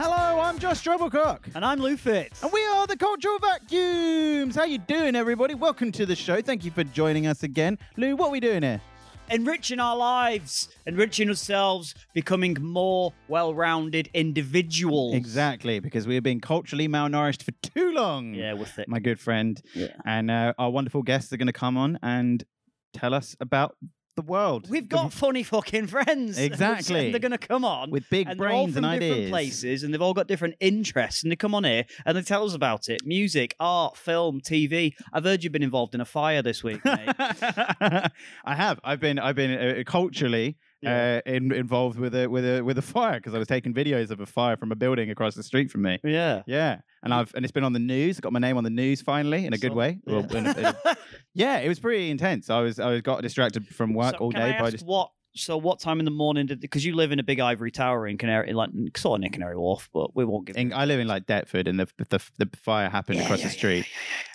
I'm Josh Strobocock. And I'm Lou Fitz. And we are the Cultural Vacuums. How you doing, everybody? Welcome to the show. Thank you for joining us again. Lou, what are we doing here? enriching our lives, enriching ourselves, becoming more well rounded individuals. Exactly, because we have been culturally malnourished for too long. Yeah, we're thick. My good friend. Yeah. And uh, our wonderful guests are going to come on and tell us about the world. We've got funny fucking friends. Exactly. And they're going to come on With big and they're all brains from and different ideas. places, and they've all got different interests, and they come on here and they tell us about it: music, art, film, TV. I've heard you've been involved in a fire this week, mate. I have. I've been. I've been uh, culturally Yeah. uh, in, involved with a with a with a fire because I was taking videos of a fire from a building across the street from me. yeah. Yeah, and I've and it's been on the news. I got my name on the news finally in a good So- way. Well, in a- in a- yeah, it was pretty intense. I was I was got distracted from work So all can day I by ask just what. So what time in the morning did? Because you live in a big ivory tower in Canary, in like sort of near Canary Wharf, but we won't give. in, I live in like Deptford, and the the, the fire happened Yeah, across yeah, the yeah, street.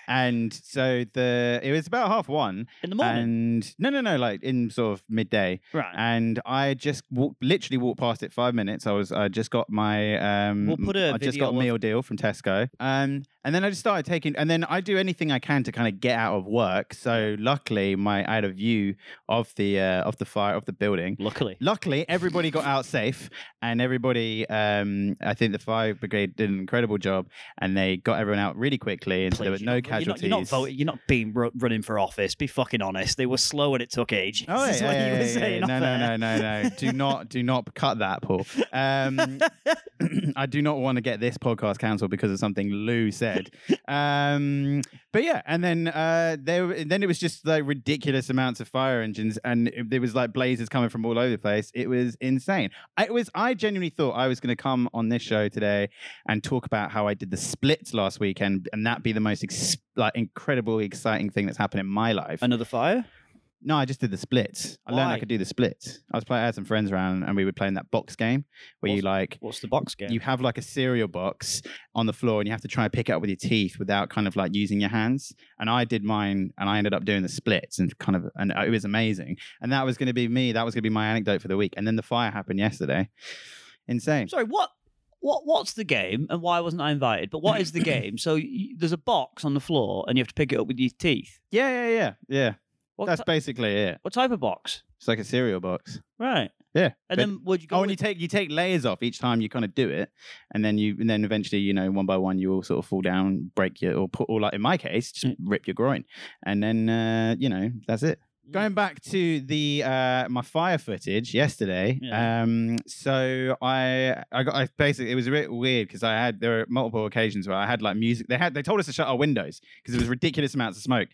And so the it was about half one, in the morning, and no, no, no, like in sort of midday. right? and I just walked, literally walked past it five minutes. I was I just got my um We'll put a I just got video of- meal deal from Tesco. Um and then I just started taking and then I do anything I can to kind of get out of work. So luckily my I had a view of the uh, of the fire of the building. Luckily, Luckily, everybody got out safe, and everybody. Um, I think the fire brigade did an incredible job, and they got everyone out really quickly, and so there were Please, no you're not- casualties. You're not, you're not voting. You're not being ru- running for office. Be fucking honest. They were slow and it took ages. Oh, is yeah, what yeah, you were yeah, yeah, saying yeah. off No, air. no, no, no, no. Do not, do not cut that, Paul. Um, I do not want to get this podcast cancelled because of something Lou said. Um, but yeah, and then uh, there, then it was just like ridiculous amounts of fire engines, and it, there was like blazes coming from all over the place. It was insane. I, it was. I genuinely thought I was going to come on this show today and talk about how I did the splits last weekend, and that be the most ex- like incredible, exciting thing that's happened in my life. Another fire? No, I just did the splits. I learned I Why? could do the splits. I was playing. I had some friends around, and we were playing that box game where you Awesome. like What's the box game? you have like a cereal box on the floor, and you have to try and pick it up with your teeth without kind of like using your hands. And I did mine, and I ended up doing the splits, and kind of, and it was amazing. And that was going to be me. That was going to be my anecdote for the week. And then the fire happened yesterday. Insane. I'm sorry, what? What, what's the game and why wasn't I invited? But what is the game? So y there's a box on the floor and you have to pick it up with your teeth. Yeah, yeah, yeah, yeah. What, That's ti- basically it. what type of box? It's like a cereal box. Right. Yeah, And but- then would you go? Oh, and you with- take you take layers off each time you kind of do it, and then you and then eventually you know one by one you all sort of fall down, break your or put or like in my case just Mm. rip your groin, and then uh, you know that's it. Mm. Going back to the uh, my fire footage yesterday, Yeah. um, so I I got I basically it was a bit weird because I had there were multiple occasions where I had like music they had they told us to shut our windows because it was ridiculous amounts of smoke,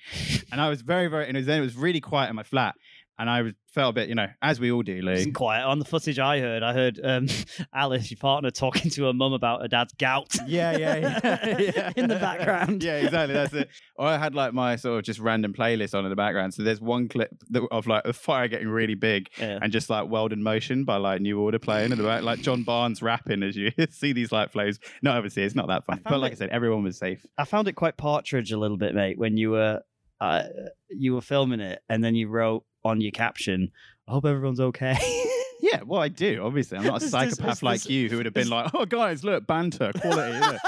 and I was very very and it was, then it was really quiet in my flat. And I was- felt a bit, you know, as we all do, Lou. Isn't quiet on the footage I heard. I heard um, Alice, your partner, talking to her mum about her dad's gout. Yeah, yeah, yeah, yeah. In the background. Yeah, exactly. That's it. Or I had like my sort of just random playlist on in the background. So there's one clip that, of like the fire getting really big Yeah. and just like Weld in Motion by like New Order playing in the back, like John Barnes rapping as you see these light flows. No, obviously it's not that funny. But found like it- I said, everyone was safe. I found it quite partridge a little bit, mate, when you were uh, you were filming it and then you wrote on your caption, "I hope everyone's okay." Yeah, well, I do. Obviously, I'm not a This- this- psychopath this- like this- you who would have been like, "Oh, guys, look, banter, quality." Isn't it?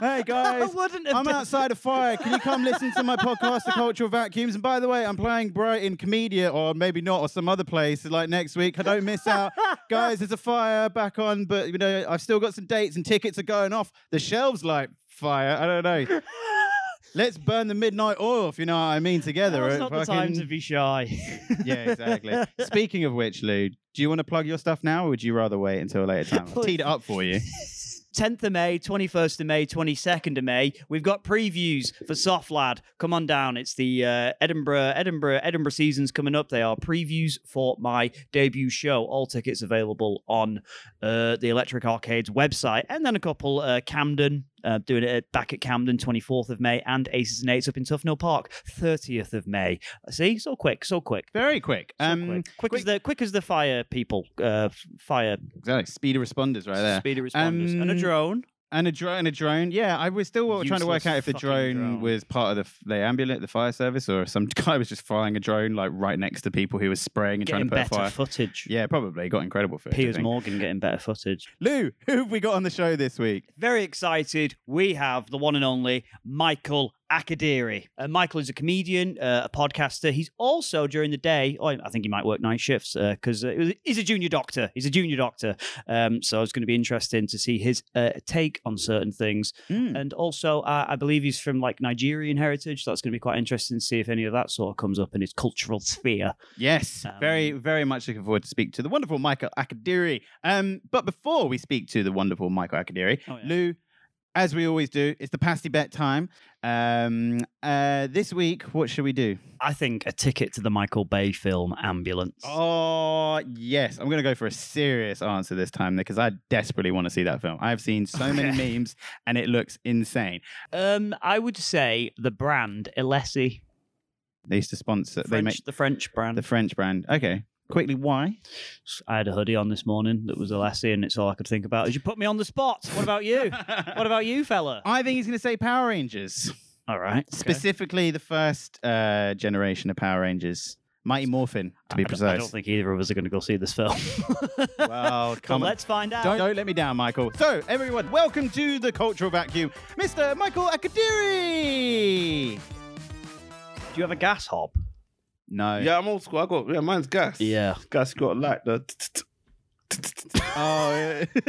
Hey, guys, I wouldn't have I'm done- outside a fire. Can you come listen to my podcast, The Cultural Vacuums? And by the way, I'm playing Brighton Comedia, or maybe not, or some other place like next week. I don't miss out, guys. There's a fire back on, but you know I've still got some dates and tickets are going off. The shelves light fire. I don't know. Let's burn the midnight oil, if you know what I mean. Together, Now's It not the time to fucking- be shy. yeah, exactly. Speaking of which, Lou, do you want to plug your stuff now, or would you rather wait until a later time? I've teed it up for you. 10th of May, 21st of May, 22nd of May. We've got previews for Soft Lad. Come on down. It's the uh, Edinburgh, Edinburgh, Edinburgh seasons coming up. They are previews for my debut show. All tickets available on uh, the Electric Arcade's website. And then a couple uh, Camden. Uh, doing it at- back at Camden, 24th of May, and Aces and Eights up in Tufnell Park, 30th of May. See, so quick, so quick, Very quick. so Um, quick. quick, as the quick as the fire people, uh, f- fire exactly. Speed of responders, right there. speedy responders, and a Um, drone. And a drone, and a drone. Yeah, I was still wa- trying to work Useless out if the fucking drone, drone. was part of the f- the ambulance, the fire service, or if some guy was just flying a drone like right next to people who were spraying and Getting trying to put a fire. better footage. yeah, probably got incredible footage. I Piers think. Morgan getting better footage. Lou, who have we got on the show this week? Very excited. We have the one and only Michael Akadiri. Uh, Michael is a comedian, uh, a podcaster. He's also during the day. Oh, I think he might work night shifts because uh, he's a junior doctor. He's a junior doctor. Um, so it's going to be interesting to see his uh, take on certain things. And also, uh, I believe he's from like Nigerian heritage. So that's going to be quite interesting to see if any of that sort of comes up in his cultural sphere. Yes, very, Um, very much looking forward to speak to the wonderful Michael Akadiri. Um, but before we speak to the wonderful Michael Akadiri, Oh, yeah. Lou, as we always do, it's the pasty bet time. Um, uh, this week, what should we do? I think a ticket to the Michael Bay film Ambulance. Oh yes, I'm gonna go for a serious answer this time because I desperately want to see that film. I've seen so many Okay. memes and it looks insane. Um, I would say the brand Alessi, They used to sponsor. They French, make the French brand. the French brand. Okay, quickly, why? I had a hoodie on this morning that was Alessi, and it's all I could think about. Is you put me on the spot? What about you? what about you, fella? I think he's gonna say Power Rangers, all right. okay. specifically the first uh, generation of Power Rangers, Mighty Morphin, to be I don't, I precise. don't think either of us are going to go see this film. well, But come on. let's find out. Don't, don't let me down, Michael. So, everyone, welcome to the cultural vacuum, Mr. Michael Akadiri. Do you have a gas hob? No. Yeah, I'm old school. I got yeah, mine's gas. Yeah. gas got like the Oh, yeah. get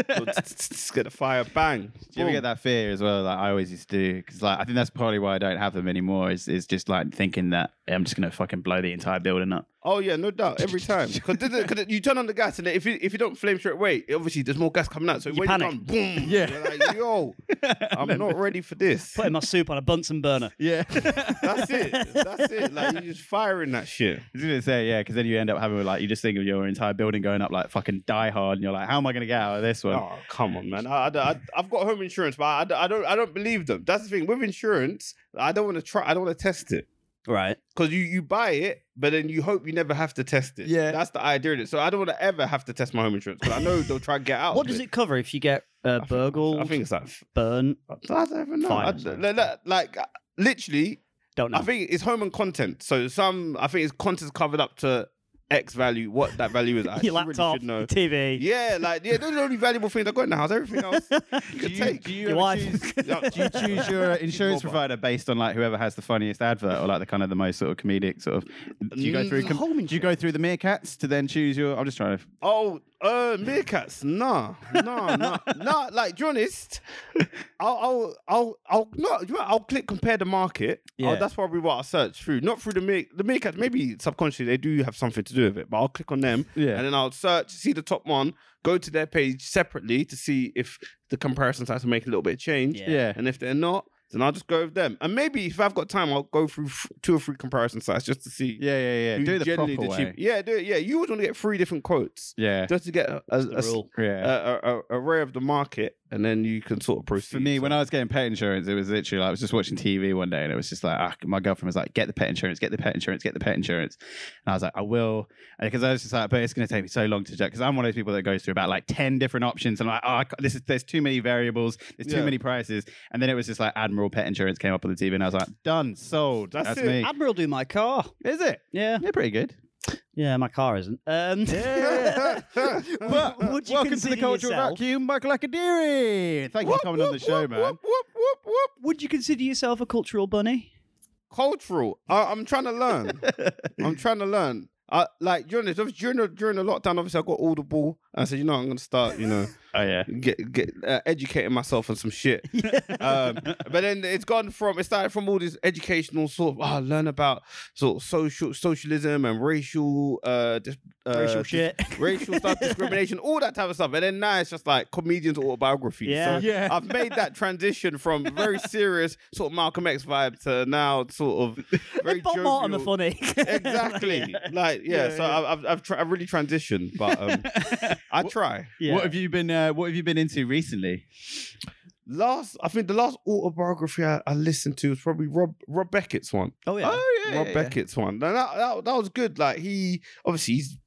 the fire bang. Do you ever get that fear as well? Like I always used to do, because like I think that's probably why I don't have them anymore. Is is just like thinking that I'm just gonna fucking blow the entire building up. Oh yeah, no doubt. Every time, because you turn on the gas and if you, if you don't flame straight away, obviously there's more gas coming out. So You when panic. you come, boom, Yeah. you're like, yo, I'm not ready for this. Putting my soup on a Bunsen burner. Yeah, That's it. That's it. Like you're just firing that shit. I was gonna say yeah, because then you end up having like you just think of your entire building going up like fucking die hard, and you're like, how am I gonna get out of this one? Oh come on, man! I, have got home insurance, but I, d- I don't I don't believe them. That's the thing with insurance. I don't want to try. I don't want to test it. Right. Because you, you buy it, but then you hope you never have to test it. Yeah. That's the idea of it. So I don't want to ever have to test my home insurance because I know they'll try and get out. What of does it cover if you get uh, think- burgled, I think it's like, f- burn? I don't even know. Fine, I- sorry. li- li- like, uh, literally, Don't know. I think it's home and content. So some, I think it's content's covered up to X value, what that value is. I Your actually really laptop, should know. TV, Yeah, like, yeah, those are the only valuable things I got in the house. Everything else. do could you, take. do you your ever wife. choose- do you choose your uh, insurance provider based on like whoever has the funniest advert or like the kind of the most sort of comedic sort of? Do you go through? Com- Mm, home do you go through the meerkats to then choose your? I'm just trying to. Oh, uh, meerkats? Nah, nah, nah, nah. Like, to be honest, I'll, I'll, I'll, I'll, no, you know, what, I'll click compare the market. Yeah, Yeah. that's probably what I search through. Not through the meer, the meerkats. Maybe subconsciously they do have something to do with it, but I'll click on them Yeah. and then I'll search, see the top one, go to their page separately to see if the comparison starts to make a little bit of change. Yeah. yeah. And if they're not, then I'll just go with them. And maybe if I've got time, I'll go through f- two or three comparison sites just to see. Yeah, yeah, yeah. who Do the proper generally the cheap- way. Yeah, do it. Yeah, you always want to get three different quotes Yeah, just to get a, a, the a s- rule. yeah. a- a- a- a rare of the market, and then you can sort of proceed. For me, when I was getting pet insurance, it was literally like I was just watching TV one day, and it was just like ah, my girlfriend was like, "Get the pet insurance, get the pet insurance, get the pet insurance," and I was like, "I will," because I was just like, "But it's going to take me so long to check." Because I'm one of those people that goes through about like ten different options, and I'm like, "Oh, I ca- this is there's too many variables, there's too Yeah. many prices," and then it was just like Admiral Pet Insurance came up on the TV, and I was like, "Done, sold." That's, That's it. me. Admiral do my car. Is it? Yeah. Yeah, pretty good. Yeah, my car isn't. Um, But Would you welcome to consider the cultural yourself- vacuum, Michael Akadiri. Thank you for Whoop, coming on the whoop, show, whoop, man. whoop, whoop, whoop, whoop. Would you consider yourself a cultural bunny? Cultural. I, I'm trying to learn. I'm trying to learn. I, like during this, obviously, during the, during the lockdown, obviously I got Audible. And I said, you know, what, I'm gonna start, you know, Oh yeah. get get uh, educating myself on some shit. um, but then it's gone from it started from all this educational sort of oh, learn about sort of social socialism and racial uh, dis- uh Racial dis- shit. racial stuff, discrimination, all that type of stuff. And then now it's just like comedians autobiography. Yeah. So Yeah. I've made that transition from very serious sort of Malcolm X vibe to now sort of very Bob Mortimer jovial. funny. Exactly. Like yeah. Yeah, so yeah. I've I've, I've, tr- I've really transitioned, but um, I try. Yeah. What have you been? Uh, what have you been into recently? Last, I think the last autobiography I, I listened to was probably Rob Rob Beckett's one. Oh yeah. Oh yeah, Rob Beckett's one. And that, that that was good. Like he obviously he's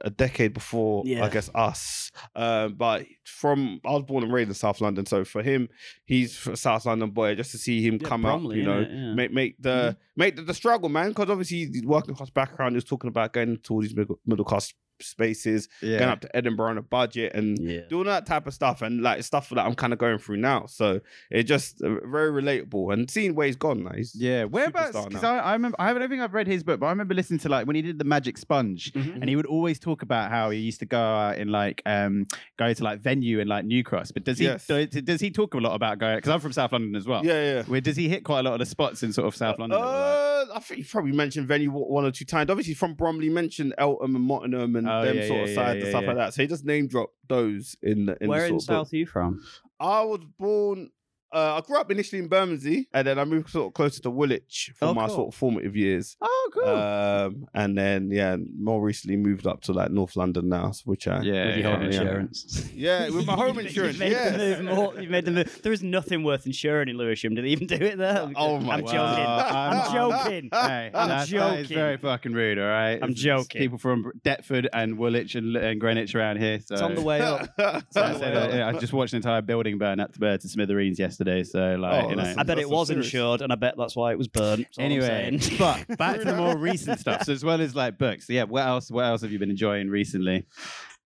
a decade before, Yeah. I guess, us. Um, but from I was born and raised in South London, so for him, he's a South London boy. Just to see him Yeah, come Bromley, up, you know, innit? Mm-hmm. Yeah. make make the make the, the struggle, man. Because obviously, he's working class background is talking about going to all these middle, middle class spaces, going Yeah. up to Edinburgh on a budget, and Yeah. doing that type of stuff and like stuff that I'm kind of going through now. So it just uh, very relatable and seeing where he's gone. Like, he's, Yeah, whereabouts? Superstar Because now. I, I remember, I don't think I've read his book, but I remember listening to like when he did the Magic Sponge, Mm-hmm. and he would always talk about how he used to go out in like um go to like venue in like New Cross. But does he Yes. do- does he talk a lot about going? Because I'm from South London as well. yeah, yeah. Where does he hit quite a lot of the spots in sort of South London? that were like- Uh, I think you probably mentioned venue o- one or two times. Obviously, from Bromley, mentioned Eltham and Mottingham and Oh, them yeah, sort yeah, of yeah, sides yeah, and stuff yeah. like that. So he just name dropped those in the in Where the in sort of book. South are you from? I was born. Uh, I grew up initially in Bermondsey, and then I moved sort of closer to Woolwich for Oh, my cool. sort of formative years. oh, cool. uh, Um, and then yeah, more recently moved up to like North London now, which I yeah, with your yeah, home yeah. insurance. yeah with my home You've- insurance. You've made yeah. the move more. You've made the move. There is nothing worth insuring in Lewisham. Do they even do it there? Oh my I'm God. joking. I'm Wow. joking. Hey, I'm that's- That is joking. very fucking rude. All right. I'm It's- it's joking. People from Deptford and Woolwich and, and Greenwich around here. So. It's on the way up. So I, said, uh, yeah, I just watched an entire building burn up to bird to smithereens yesterday. So like, Oh, you know. that's- I bet That's it so was serious. insured, and I bet that's why it was burnt. That's all I'm Anyway, saying. but back to the more recent stuff. So as well as like books. So yeah. What else? What else have you been enjoying recently?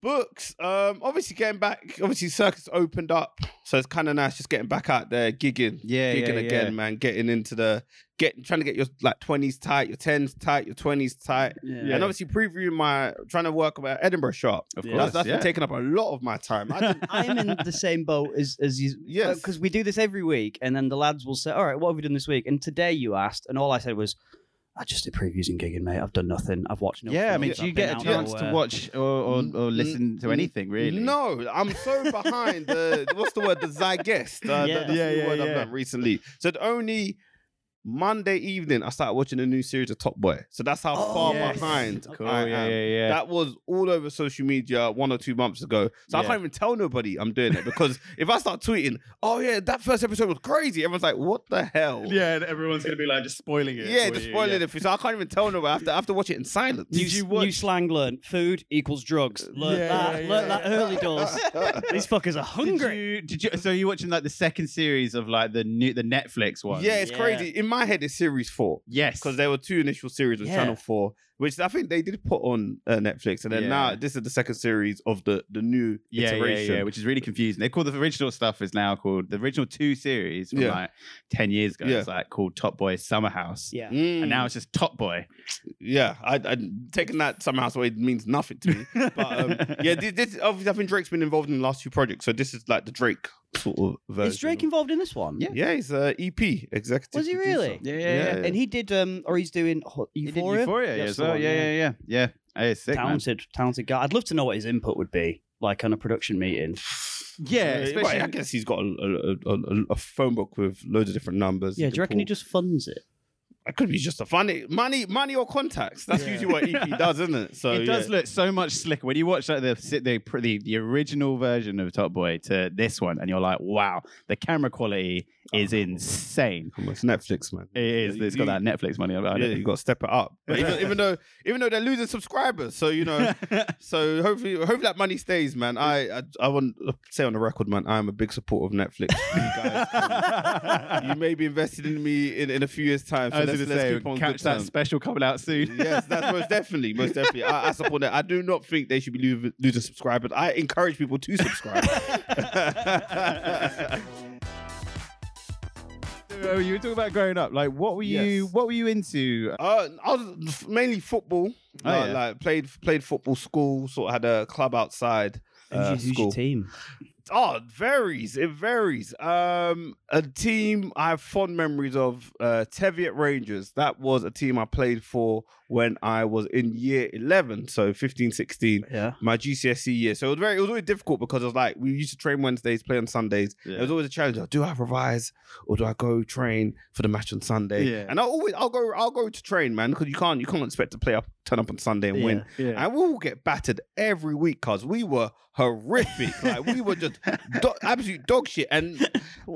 Books. Um, obviously getting back. Obviously circus opened up, so it's kind of nice just getting back out there, gigging, Yeah, gigging yeah, again, yeah. man. Getting into the getting trying to get your like twenties tight, your tens tight, your twenties tight, Yeah. and obviously previewing my trying to work about Edinburgh shop. Of Yeah. course. That's, that's been taking up a lot of my time. I didn't, I'm in the same boat as as you. Yes. because we do this every week, and then the lads will say, "All right, what have we done this week?" And today you asked, and all I said was, "I just did previews and gigging, mate. I've done nothing. I've watched no." yeah. I mean, films. do you I've been get a out chance to nowhere." watch or, or, or listen to mm, anything really? No, I'm so behind the what's the word? The zeitgeist. Uh, Yeah. yeah, that's Yeah, the yeah, word yeah. I've done recently. So the only Monday evening I started watching a new series of Top Boy. So that's how Oh, far yes. behind Cool. I Oh, yeah, am. yeah. Yeah. That was all over social media one or two months ago. So I Yeah. can't even tell nobody I'm doing it because if I start tweeting, oh yeah, that first episode was crazy, everyone's like, what the hell? Yeah, and everyone's gonna be like just spoiling it. Yeah, for just you, spoiling yeah. it for you. So I can't even tell nobody. I have to, I have to watch it in silence. New, new slang learned. Food equals drugs. Learn Yeah, that. yeah, learn yeah. that uh, early doors. These fuckers are Did hungry. you, did you? So you're watching like the second series of like the new the Netflix one? yeah, it's Yeah. crazy. In my head, it's series four. Yes. because there were two initial series on Yeah. Channel Four, which I think they did put on uh, Netflix, and then Yeah. now this is the second series of the the new yeah, yeah, iteration. yeah, which is really confusing. They call the original stuff is now called the original two series from Yeah. like ten years ago. Yeah. It's like called Top Boy Summer House. Yeah. Mm, And now it's just Top Boy. yeah, I, I taking that somehow so it means nothing to me. But um, yeah, this, this obviously I think Drake's been involved in the last two projects, so this is like the Drake sort of version. Is Drake involved in this one? Yeah. Yeah, he's uh, EP executive. Was he producer. really? Yeah, yeah, yeah. And he did, um, or he's doing oh, He did Euphoria. Euphoria yeah, That's as the well. one, yeah, yeah, yeah, yeah. Hey, it's sick, man. talented, talented guy. I'd love to know what his input would be, like on a production meeting. Yeah, Uh, especially- right, I guess he's got a, a, a, a- a phone book with loads of different numbers. Yeah, do you reckon he he just funds it? It could be just a funny money, money or contacts. That's Yeah. usually what EP does, isn't it? So it does yeah. look so much slicker when you watch like the, si- the pr- the the original version of Top Boy to this one, and you're like, wow, the camera quality is insane. Come on, It's Netflix, man. It is. Uh-huh. You- It's got that Netflix money about Yeah, it. you got to step it up. But even, even though, even though they're losing subscribers, so you know, so hopefully, hopefully that money stays, man. I, I, I want to say on the record, man, I am a big supporter of Netflix. you guys, you may be invested in me in, in a few years' time. So I was let's, going to let's say, keep on catch good that terms. special coming out soon. yes, that's most definitely, most definitely. I, I support that. I do not think they should be lo- losing subscribers. I encourage people to subscribe. Oh, you were talking about growing up. Like, what were you? Yes. What were you into? Uh, I was mainly football. Oh, like, yeah. like, played played football school. Sort of had a club outside. uh, school. team? Oh, it varies. It varies. Um, a team I have fond memories of, uh, Teviot Rangers. That was a team I played for when I was in year 11, so 15, 16, Yeah. my GCSE E year. So it was very, it was always difficult because it was like, we used to train Wednesdays, play on Sundays. It was always a challenge. Like, do I revise or do I go train for the match on Sunday? Yeah. And I always, I'll go, I'll go to train, man, because you can't, you can't expect to play up, turn up on Sunday and win. Yeah. And we all get battered every week because we were horrific. like we were just do- absolute dog shit. And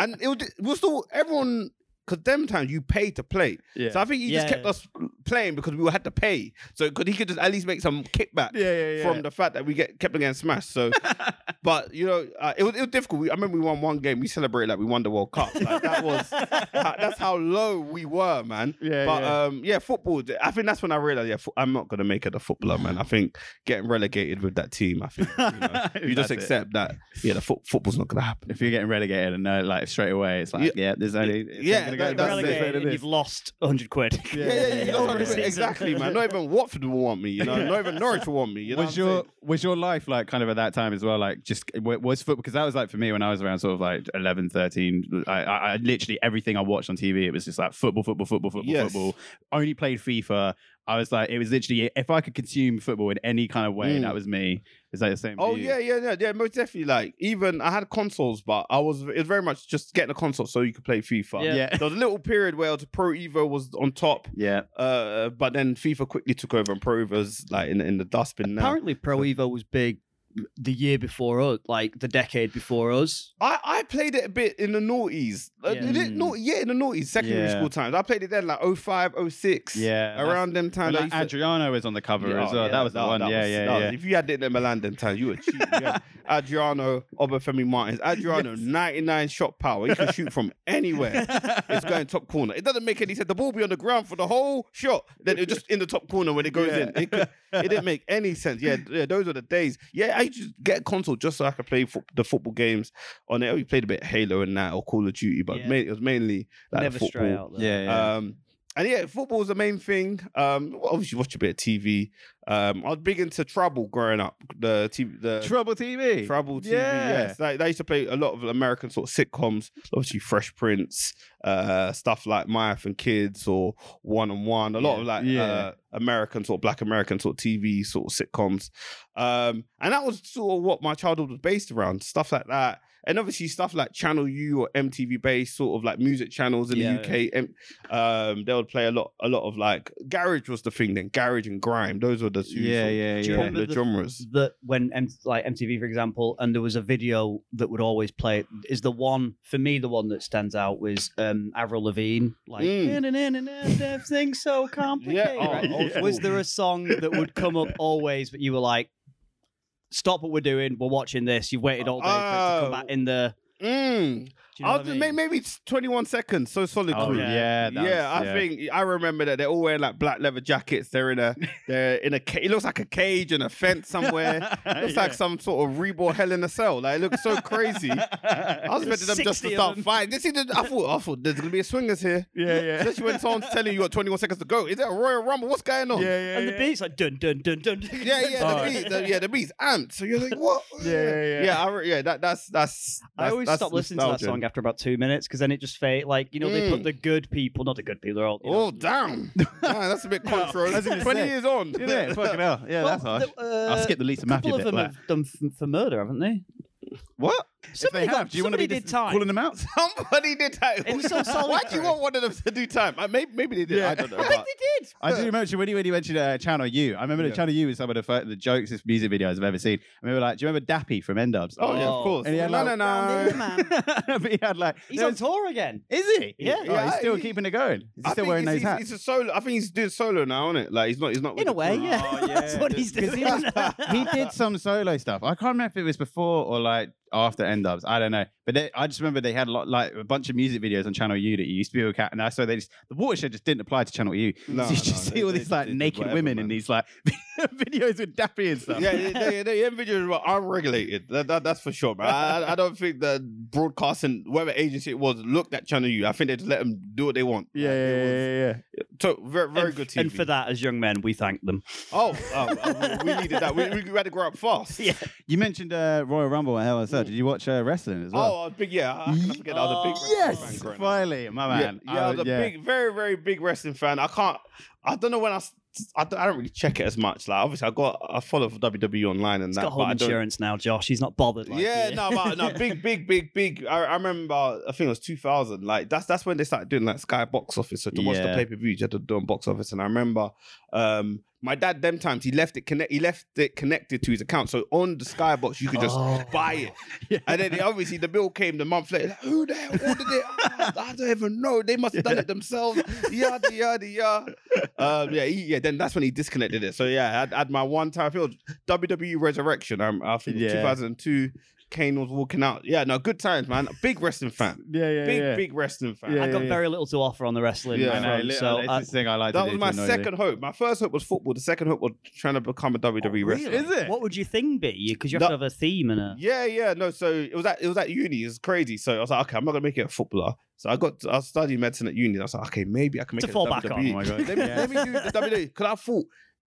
and it was, it was still everyone because them times you pay to play. Yeah. So I think he just Yeah, kept yeah. us playing because we had to pay. So could he could just at least make some kickback Yeah, yeah, yeah. from the fact that we get kept on getting smashed. So, but you know, uh, it was it was difficult. We, I remember we won one game. We celebrated like we won the World Cup. Like that was that- that's how low we were, man. Yeah, But yeah. um, yeah, football. I think that's when I realized, yeah, fo- I'm not gonna make it a footballer, man. I think getting relegated with that team, I think you, know, uh, you That's just it. accept that. Yeah, the foot football's not gonna happen. If you're getting relegated and no, like straight away, it's like, yeah, Yeah. there's only it's Yeah, not gonna that- go that's it. anywhere relegated than and this. you've lost 100 quid. Yeah, yeah, yeah. yeah, you know what I yeah. mean? exactly, man. Not even Watford will want me. You know, not even Norwich will want me. You know, was what I'm your was your life like kind of at that time as well like just w- was football because that was like for me when i was around sort of like 11 13 i, I, I literally everything i watched on tv it was just like football football football football Yes. football only played fifa i was like it was literally if i could consume football in any kind of way Mm. that was me is that the same for Oh you? yeah, yeah, yeah, yeah. Most definitely. Like even I had consoles, but I was it was very much just getting a console so you could play FIFA. Yeah. yeah There was a little period where the Pro Evo was on top, yeah uh, but then FIFA quickly took over and Pro Evo's like in in the dustbin now. Apparently, Pro Evo was big the year before us, like the decade before us. I, I played it a bit in the noughties. Uh, Yeah. yeah. yeah, in the noughties, secondary Mm. Yeah. school times. I played it then like 05, 06. yeah that's- Around them times. and, I like, used to- adriano was on the cover Yeah, as oh, well yeah, that was the one that yeah was- yeah that was- yeah If you had it in Milan them times, you were cheating. yeah. Adriano, Obafemi Martins. Adriano, 99 shot power. He can shoot from anywhere. It's going top corner. It doesn't make any sense. The ball be on the ground for the whole shot. Then it just in the top corner when it goes in. It, could, it didn't make any sense. Yeah, yeah, those are the days. Yeah, I used to just get a console just so I could play fo- the football games on it. We played a bit of Halo and that or Call of Duty, but Yeah. ma- it was mainly like Never football. stray out yeah, there. yeah. Um, and yeah, football's the main thing. Um, obviously watch a bit of TV. Um, I was big into Trouble growing up. The TV, the trouble tv Trouble TV. Yeah. Yes, they, they used to play a lot of American sort of sitcoms. Obviously, Fresh Prince, uh, stuff like My F and Kids or One on One. A lot of like Yeah. uh, American sort of Black American sort of TV sort of sitcoms. Um, and that was sort of what my childhood was based around. Stuff like that. And obviously stuff like Channel U or MTV based sort of like music channels in Yeah. the UK. em- Um, they would play a lot, a lot of like garage was the thing then. Garage and grime, those were the two yeah sort yeah of you yeah remember popular the- genres. that when M- like MTV for example, and there was a video that would always play is the one for me. The one that stands out was um, Avril Lavigne, like Mm. in and in and out, things so complicated. oh, right? old Was school. there a song that would come up always, but you were like, "Stop what we're doing. We're watching this. You've waited all day for it to come Oh. back in the." Mm. Do you know I'll what I just- mean? may- maybe it's 21 seconds. So solid Oh, crew. yeah. yeah, that yeah, was- I think I remember that they're all wearing like black leather jackets. They're in a, they're in a. ca- It looks like a cage and a fence somewhere. It looks like some sort of reborn hell in a cell. Like it looks so crazy. I yeah, was expecting them just 60 to of start them. fighting. This is the, I thought, I thought there's gonna be a swingers here. yeah. Especially when someone's telling you you got 21 seconds to go. Is that a Royal Rumble? What's going on? yeah, and the beat's like dun dun dun dun. yeah, yeah, Oh. the beat, the, yeah, the beat's amped. So you're like, what? Yeah, yeah, yeah. yeah. I re- yeah that, that's that's. I always that's stop listening to that nostalgia. song after about two minutes because then it just fade. Like you know, they put Mm. the good people, not the good people. They're all. you know, Oh, damn. Nah, that's a bit controversial. was gonna 20 say. years on. Isn't it? Fucking hell. Yeah, that's Well, harsh. the- uh, I'll skip the Lisa A couple Matthew of bit. them Like, have done f- for murder, haven't they? what? Somebody got- somebody did just time. calling them out? Somebody did that. It was so solid, Why do you Craig. want one of them to do time? Uh, maybe, maybe they did. Yeah. I don't know. I think but- they did. I do remember when you, when you mentioned uh, Channel U. I remember that Yeah. Channel U is some of the, fir- the jokes music videos I've ever seen. I remember like, do you remember Dappy from Endubs? oh, yeah, Oh. of course. And he had no, like- no, no. but he had like, He's there on was- tour again. is he? Yeah. Oh, he's Yeah, still he- keeping it going. Is he I still think wearing he's, those he's, hats? he's a solo. I think he's doing solo now, isn't it? Like he's not. He's not. with In a the way, crew. yeah. Oh, yeah. That's what he's doing. he did some solo stuff. I can't remember if it was before or like after End Ups. I don't know. But they, I just remember they had a lot, like a bunch of music videos on Channel U that you used to be able to catch. And I saw they just, the watershed just didn't apply to Channel U. No, so you just no, see they- all they these like did naked whatever, women in man. these like videos with Dappy and stuff. Yeah, yeah, they, they, individuals were unregulated. That, that, that's for sure, man. I, I- I don't think the broadcasting, whatever agency it was, looked at Channel U. I think they just let them do what they want. Yeah, Like, yeah, it was- yeah, yeah, So very, very and, good TV. and for that, as young men, we thank them. Oh, oh, oh, we we needed that. We, we had to grow up fast. Yeah. You mentioned uh, Royal Rumble and Mm. LSL. Did you watch uh, wrestling as well? Oh, I was big. Yeah, I, I Ye- forget. I was Oh, a big wrestling fan yes, growing up. finally, my man. Oh, Uh, Yeah, yeah, I was a big, very, very big wrestling fan. I can't. I don't know when I. s- I don't, I don't really check it as much. Like obviously, I got I follow WWE online and He's that. got but home I don't- insurance now, Josh. He's not bothered. Like, yeah, no, but, no, big, big, big, big. I, I remember. I think it was 2000. Like that's that's when they started doing like Sky box office. So to watch the Yeah. pay per view, you had to do on box office. And I remember um My dad, them times, he left it connect. He left it connected to his account, so on the Skybox you could just Oh. buy it. And then they, obviously the bill came the month later. Like, Who the hell ordered it? Ah, I don't even know. They must have done it themselves. Yada yada yada. Um, yeah, he, yeah. Then that's when he disconnected it. So yeah, I had my one time field WWE Resurrection. Um, I think it was Yeah. 2002. Kane was walking out. Yeah, no, good times, man. Big wrestling fan. Yeah, yeah, Big yeah. big wrestling fan. Yeah, I got yeah. very little to offer on the wrestling. Yeah, I front, know. li- so uh, it's I- this thing I like. That to was do my to annoy second hope. My first hope was football. The second hope was trying to become a WWE wrestler. Is it? What would your thing be? Because you have No. to have a theme and a. Yeah, yeah, no. So it was at it was at uni. It's crazy. So I was like, okay, I'm not gonna make it a footballer. So I got I studied medicine at uni. I was like, okay, maybe I can make To it fall a back on. you. WWE. Oh my god! Let me, let me do the WWE because I thought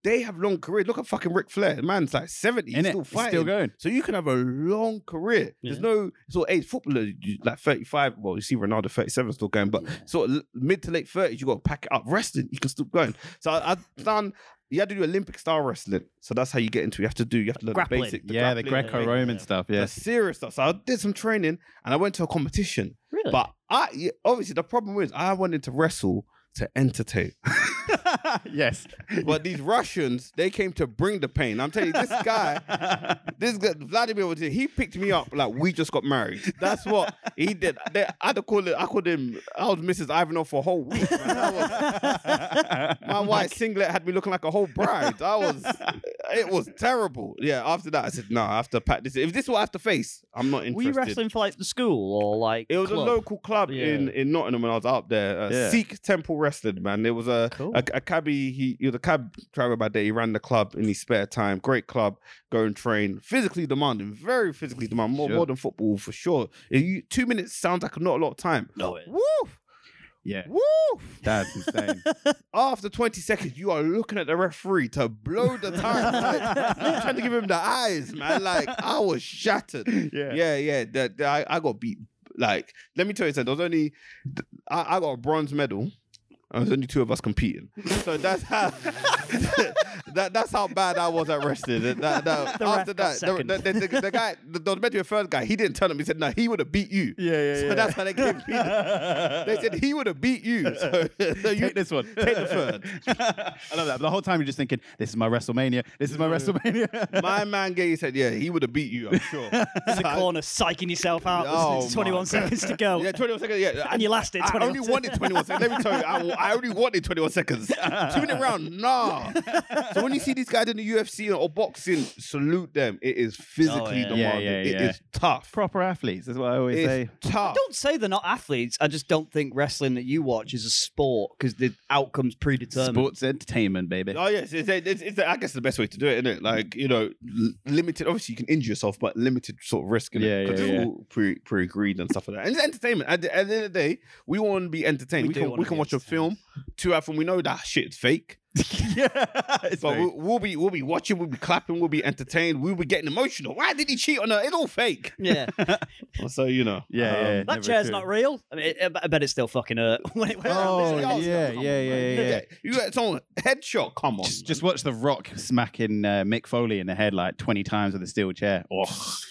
they have long careers. Look at fucking Ric Flair. Man's like 70, he's In it, still still, fighting. still going. So you can have a long career. There's Yeah. no sort of age footballer you- like 35. Well, you see Ronaldo 37 still going, but sort of l- mid to late 30s, you got to pack it up. Wrestling, you can still going. So I, I've done. You had to do Olympic style wrestling. So that's how you get into. it. You have to do. You have to learn Grappling. the basic. yeah, the grappling, Greco-Roman yeah. stuff. the Yeah, serious stuff. So I did some training and I went to a competition. Really? But I yeah, obviously the problem is I wanted to wrestle to entertain. yes. But these Russians, they came to bring the pain. I'm telling you, this guy, this guy, Vladimir was here. He picked me up like we just got married. That's what he did. They, I had to call it. I called him. I was Mrs. Ivanov for a whole week. man. I was- Oh my white singlet had me looking like a whole bride. I was. It was terrible. Yeah. After that, I said, no, I have to pack this. If this is what I have to face, I'm not interested. Were you wrestling for like the school or like? It was club? a local club Yeah. in, in Nottingham when I was up there. Uh, Yeah. Sikh Temple Wrestling, man. There was a, Cool. a a cabbie. He, he was a cab driver by day. He ran the club in his spare time. Great club. Go and train. Physically demanding. Very physically demanding. More, Sure. more than football for sure. If you- two minutes sounds like not a lot of time. No, it- Woof, Yeah, woof. that's insane. After 20 seconds, you are looking at the referee to blow the time. Like, you're trying to give him the eyes, man. Like, I was shattered yeah. yeah, yeah. That that- I, I got beat. Like, let me tell you something. There was only th- I, I got a bronze medal. and There's only two of us competing, so that's how that, that's how bad I was at wrestling. That, that, that- The ref after got that, the, second. the, the, the guy, the, there was meant to be a third guy. He didn't turn up. He said, "No, he would have beat you." Yeah, yeah, So yeah. that's how they gave me. the- They said he would have beat you. So, so you Take this one. take the third. I love that. But the whole time you're just thinking, "This is my WrestleMania. This is my WrestleMania." My man Gay said, "Yeah, he would have beat you. I'm sure." in the corner, psyching yourself out. Oh, There's 21 my seconds to go. Yeah, 21 seconds. Yeah, Oh. And you lasted I 21 only wanted 21 seconds. Let me tell you, I, I only wanted 21 seconds. Two minute round, nah. So when you see these guys in the UFC or boxing, salute them. It is physically Oh, yeah. demanding. Yeah, yeah, It yeah. is tough. Proper athletes is what I always It's say. tough. Don't say they're not athletes. I just don't think wrestling that you watch is a sport because the outcome's predetermined. Sports entertainment, baby. Oh yes, it's, it's, it's, I guess the best way to do it, isn't it? Like you know, l- limited. Obviously, you can injure yourself, but limited sort of risk. Innit? Yeah, yeah, Because yeah. it's all pre pre agreed and stuff like that. And it's entertainment. At the, at the end of the day, we want to be entertained. We We, do can wanna we can be watch a film. Too often, we know that shit's fake. yeah, it's But very- we'll, we'll be we'll be watching, we'll be clapping, we'll be entertained, we'll be getting emotional. Why did he cheat on her? It's all fake. Yeah, So you know, yeah, yeah, um, yeah, that never chair's true. not real. I mean, I- I bet it still fucking hurt when it went Oh around. yeah, yeah, yeah, yeah, yeah, yeah. You got its own headshot. Come on, Just, man. just watch The Rock smacking uh, Mick Foley in the head like 20 times with a steel chair. Oh,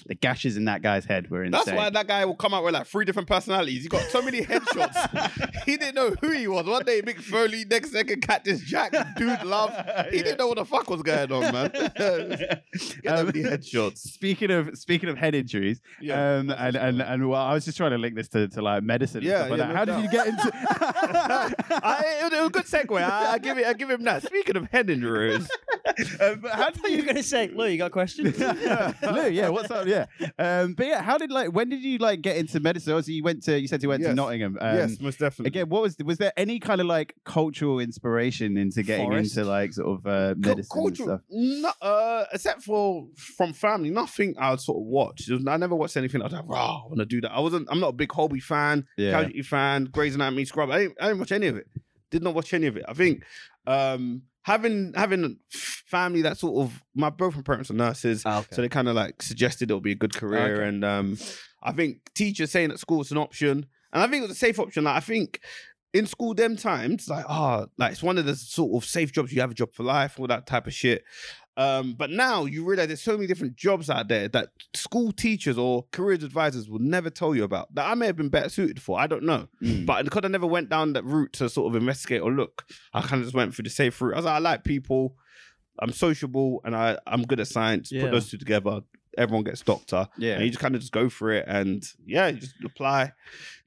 the gashes in that guy's head were insane. That's why that guy will come out with like three different personalities. He got so many headshots. he didn't know who he was. One day Mick Foley, next second Cactus Jack, dude love. He didn't know what the fuck was going on, man. Get that Um, many headshots. Speaking of speaking of head injuries, Yeah. um, and, and and well, I was just trying to link this to, to like medicine. and Yeah, stuff like yeah, that. no How did doubt. you get into? I, it was a good segue. I, I give it. I give him that. Speaking of head injuries, Um, how I thought you were going to say, Lou, you got questions? Lou, yeah, what's up? Yeah, um, but yeah, how did like when did you like get into medicine? Obviously, you went to you said you went to Yes. Nottingham. Um, yes, most definitely. Again, what was was there any kind of like cultural inspiration into getting Forest? into like sort of uh, Cu- medicine and cultural- stuff? No, uh, except for from family, nothing I'd sort of watch. There was- I never watched anything. I was like, "Wow, I want to do that." I wasn't. I'm not a big Hobie fan, Yeah. Casualty fan, Grey's Anatomy, Scrub. I didn't, I didn't watch any of it. Did not watch any of it. I think um, having having a family that sort of my both my parents are nurses, so they kind of like suggested it'll be a good career. Okay. And um, I think teachers saying that school is an option, and I think it was a safe option. Like I think in school, them times, like ah, like it's one of the sort of safe jobs. You have a job for life, all that type of shit. Um, but now you realize there's so many different jobs out there that school teachers or careers advisors will never tell you about that I may have been better suited for. I don't know. Mm. But because I never went down that route to sort of investigate or look, I kind of just went through the safe route. I was like, I like people. I'm sociable and I I'm good at science. Yeah. Put those two together, everyone gets doctor. Yeah. And you just kind of just go for it, and yeah, you just apply.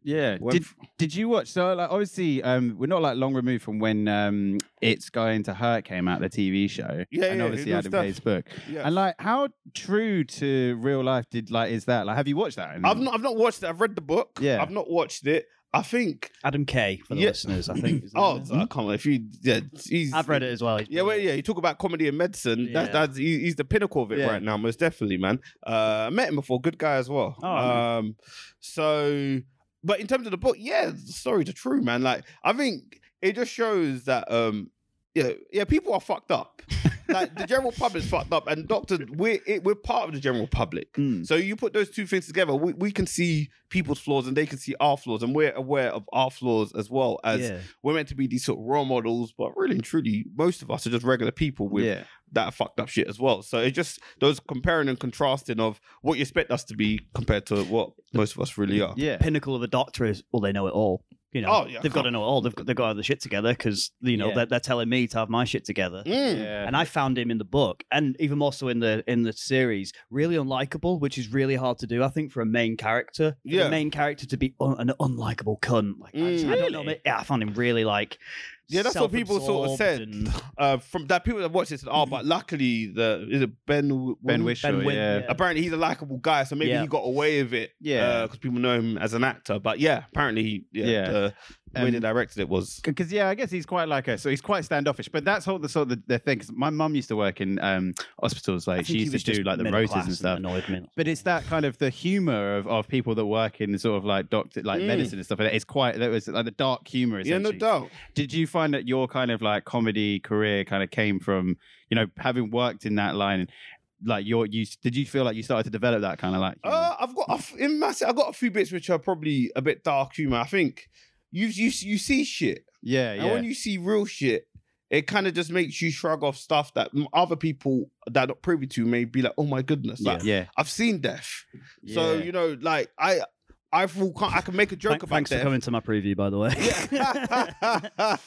Yeah. Went Did f- Did you watch? So like, obviously, um, we're not like long removed from when um, it's going to hurt came out the TV show. Yeah, and yeah, obviously good Adam stuff. Payne's book. yeah. And like, how true to real life did like is that? Like, have you watched that? And- I've not I've not watched it. I've read the book. Yeah. I've not watched it. I think. Adam K for the Yeah. listeners, I think. is the Oh, name. I can't. If you, yeah, he's, I've read it as well. Yeah, well, yeah. You talk about comedy and medicine. That's Yeah. that's he- he's the pinnacle of it Yeah. right now, most definitely, man. Uh, I met him before, good guy as well. Oh, okay. um, so, but in terms of the book, yeah, the stories are true, man. Like, I think it just shows that, um, yeah, yeah, people are fucked up. like the general public's fucked up, and doctors, we're it, we're part of the general public. Mm. So you put those two things together, we, we can see people's flaws and they can see our flaws, and we're aware of our flaws as well as yeah. we're meant to be these sort of role models, but really and truly, most of us are just regular people with yeah. that fucked up shit as well. So it's just those comparing and contrasting of what you expect us to be compared to what most of us really are. Yeah. pinnacle of a doctor is well, they know it all. You know, Oh, yeah, they've got to know it all. They've got, they've got to have the shit together because you know Yeah. they're, they're telling me to have my shit together. Mm. Yeah. And I found him in the book, and even more so in the in the series, really unlikable, which is really hard to do. I think for a main character, For Yeah. the main character to be un- an unlikable cunt. Like I, just- I don't know. Really? mate. Yeah, I found him really like. Yeah, that's what people sort of said. self-absorbed and- Uh, from that people that watched it said, "Oh, but luckily the is it Ben Wu- Ben Wu? Whishaw. Ben Win- yeah. yeah. Apparently he's a likable guy, so maybe Yeah. he got away with it. Yeah. Uh, because people know him as an actor. But yeah, apparently he yeah, Yeah. the way Um, they directed it was Because yeah, I guess he's quite like us, so he's quite standoffish. But that's all the sort of the, the thing. 'cause my mum used to work in um, hospitals, I like think she he used to was just do like the middle rotors class and stuff. Annoyed me. But it's that kind of the humor of, of people that work in sort of like doctor, like Mm. medicine and stuff. like that. It's quite that was like the dark humor. yeah, no essentially. doubt. Did you find that your kind of like comedy career kind of came from you know having worked in that line? Like your you did you feel like you started to develop that kind of like? humor? Uh, I've got a f- in my set, I've got a few bits which are probably a bit dark humor. I think you you you see shit, yeah, yeah, and when you see real shit, it kind of just makes you shrug off stuff that m- other people that are not privy to may be like, oh my goodness, like yeah. I've seen death, so Yeah. you know, like I I feel con- I can make a joke Thank- about thanks for death. coming to my preview, by the way. I've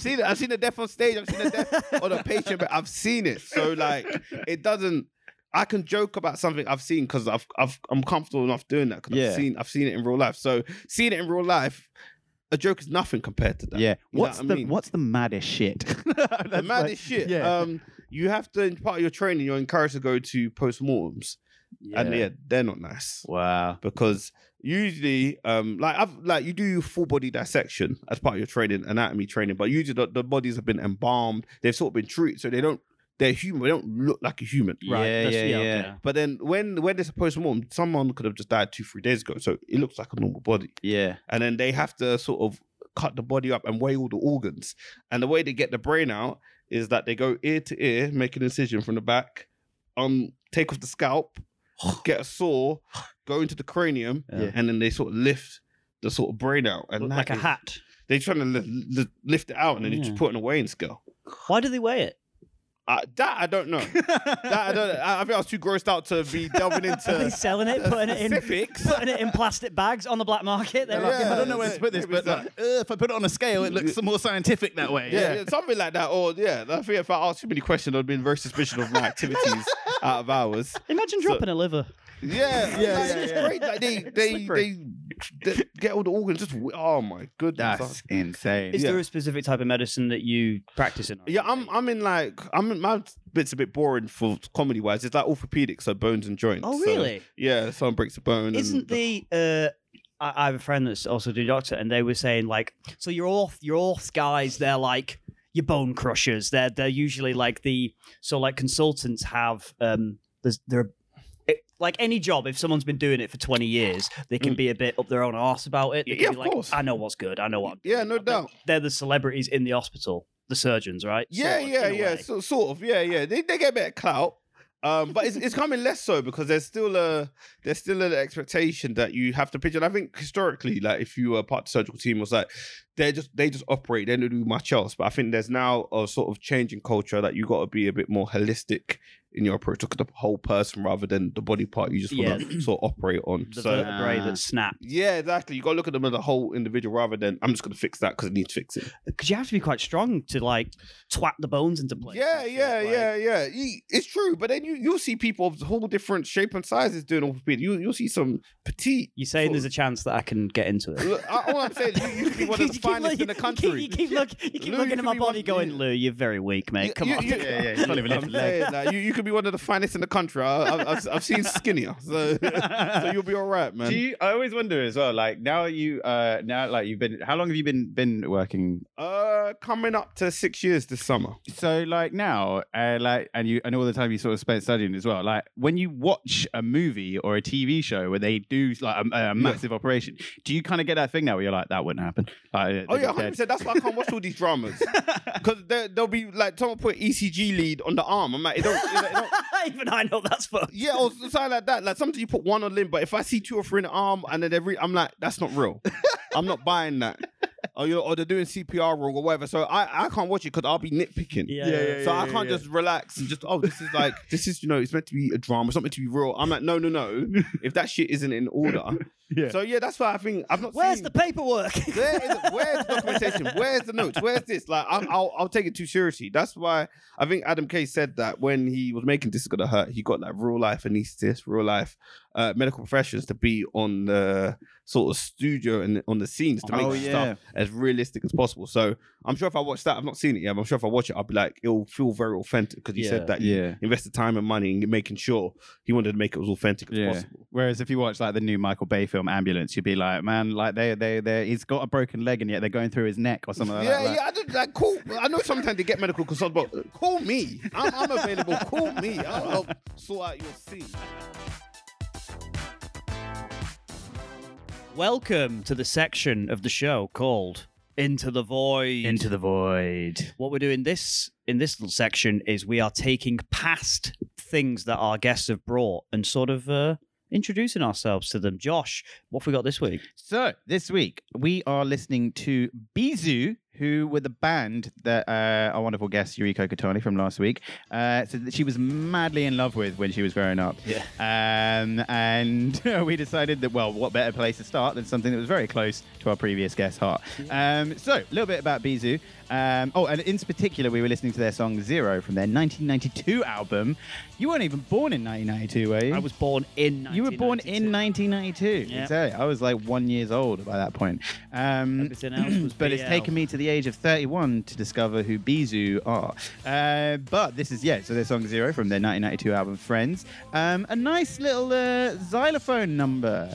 seen it. I've seen the death on stage. I've seen the death on a patient, but I've seen it. So like, it doesn't. I can joke about something I've seen because I've, I've I'm comfortable enough doing that because Yeah. I've seen I've seen it in real life. So seeing it in real life, a joke is nothing compared to that. Yeah. You know What's what I the mean? what's the maddest shit? the That's maddest like- shit. Yeah. Um, you have to in part of your training. You're encouraged to go to postmortems, and yeah, they're not nice Wow. because usually um like i've like you do full body dissection as part of your training anatomy training but usually the, the bodies have been embalmed they've sort of been treated so they don't they're human they don't look like a human Right. Yeah, that's- yeah, yeah. okay. but then when when they're supposed to mortem someone could have just died two three days ago so it looks like a normal body Yeah. and then they have to sort of cut the body up and weigh all the organs and the way they get the brain out is that they go ear to ear make an incision from the back um take off the scalp Oh, get a saw go into the cranium Yeah. and then they sort of lift the sort of brain out and Like that a is- hat. they're trying to li- li- lift it out and then they Yeah. just put it in a weighing scale Why do they weigh it? uh, that i don't know that i don't I, I think i was too grossed out to be delving Are they into selling it, putting it in, specifics putting it in plastic bags on the black market? They're like, Yeah. I don't know where to put this, but like, uh, if I put it on a scale, it looks more scientific that way. yeah, yeah, something like that. Or yeah, I think if I asked too many questions, I'd been very suspicious of my activities out of hours. imagine dropping a liver. Yeah, yeah, Yeah, yeah, it's yeah. great. Like, they, they, they, Slippery. they get all the organs. Just oh my goodness. That's insane. Is Yeah. there a specific type of medicine that you practice in? yeah, I'm I'm in like I'm in, my bit's a bit boring for comedy wise. It's like orthopedic, so bones and joints. Oh, So, really? yeah, someone breaks a bone. and Isn't the uh, I, I have a friend that's also doing doctor, and they were saying like, so your orth your orth guys, they're like your bone crushers. They're they're usually like the so like consultants have um there's they're it, like any job, if someone's been doing it for 20 years, they can Mm. be a bit up their own arse about it. They Yeah, can be of like, course. I know what's good. I know what. I'm Yeah, doing." no But doubt. They're the celebrities in the hospital, the surgeons, right? Yeah, Sort of, yeah, in a yeah. way. So, sort of. Yeah, yeah. They, they get a bit of clout. Um, but it's, it's coming less so because there's still a there's still an expectation that you have to pitch. And I think historically, like if you were part of the surgical team, it was like they just they just operate. They don't do much else. But I think there's now a sort of change in culture that you got to be a bit more holistic in your approach. Look at the whole person rather than the body part you just want to sort of operate on. The so uh, vertebrae Ah. that snap. yeah, exactly. You got to look at them as a whole individual rather than I'm just going to fix that because I need to fix it. Because you have to be quite strong to like twat the bones into place. yeah, and shit, yeah, like- yeah, yeah, Ye- It's true, but then you you'll see people of whole different shape and sizes doing orthopedic. You you'll see some petite. You're saying there's a chance that I can get into it. Look, I- All I'm saying, you, you could be one of the You keep finest looking- in the country. You keep, you keep look, you keep Lou, you looking could at my be one- body going, you- Lou, you're very weak, mate. You- Come you- on. you- Yeah, yeah, you can't even lift I'm a leg. saying that. You, you could be one of the finest in the country. I, I've, I've, I've seen skinnier, so, so you'll be all right, man. Do you, I always wonder as well, like now you uh now like you've been how long have you been been working? uh, coming up to six years this summer. So like now, uh, like and you and all the time you sort of spent studying as well. Like when you watch a movie or a TV show where they do like a, a massive operation, do you kind of get that thing now where you're like that wouldn't happen? Like, uh, Oh they're yeah, dead. hundred percent. That's why I can't watch all these dramas because they'll be like someone put ECG lead on the arm. I'm like, it don't, it don't Even I know that's fucked. Yeah, or something like that. Like sometimes you put one on limb, but if I see two or three in the arm and then every, I'm like, that's not real. I'm not buying that. Or, you're, or they're doing CPR wrong or whatever. So I, I can't watch it because I'll be nitpicking. Yeah, yeah, yeah, so I can't just relax and just, oh, this is like, this is, you know, it's meant to be a drama. It's not meant to be real. I'm like, no, no, no. if that shit isn't in order. Yeah. So yeah, that's why I think I've not Where's seen. the paperwork? Where is it? Where's the documentation? Where's the notes? Where's this? Like, I'll, I'll, I'll take it too seriously. That's why I think Adam Kay said that when he was making This Is Gonna Hurt, he got like real life anesthetists, real life uh, medical professionals to be on the sort of studio and on the scenes to make Oh, yeah. stuff as realistic as possible. So I'm sure if I watch that, I've not seen it yet, but I'm sure if I watch it, I'll be like, it'll feel very authentic because he Yeah. said that he yeah. invested time and money in making sure he wanted to make it as authentic as Yeah. possible. Whereas if you watch like the new Michael Bay film Ambulance, you'd be like, man, like they they they he's got a broken leg and yet they're going through his neck or something like yeah, that. yeah. I don't like call. I know sometimes they get medical consultants, but call me. I'm, I'm available. call me. I'll help sort out your scene. Welcome to the section of the show called Into the Void. Into the void. what we're doing this in this little section is we are taking past things that our guests have brought and sort of uh, introducing ourselves to them. Josh, what have we got this week? So this week we are listening to Bizu, who were the band that uh, our wonderful guest Yuriko Katani from last week uh, said that she was madly in love with when she was growing up. Yeah. Um, and we decided that well, what better place to start than something that was very close to our previous guest heart. Um, so a little bit about Bizu. Um, oh, and in particular, we were listening to their song Zero from their 1992 album. You weren't even born in 1992, were you? I was born in. Hmm? You were born 1992. in 1992. Yeah. Exactly. I was like one years old by that point. Um, Everything else was but it's BL. taken me to the age of 31 to discover who Bizu are. Uh, but this is yeah. So their song Zero from their 1992 album Friends. Um, a nice little uh, xylophone number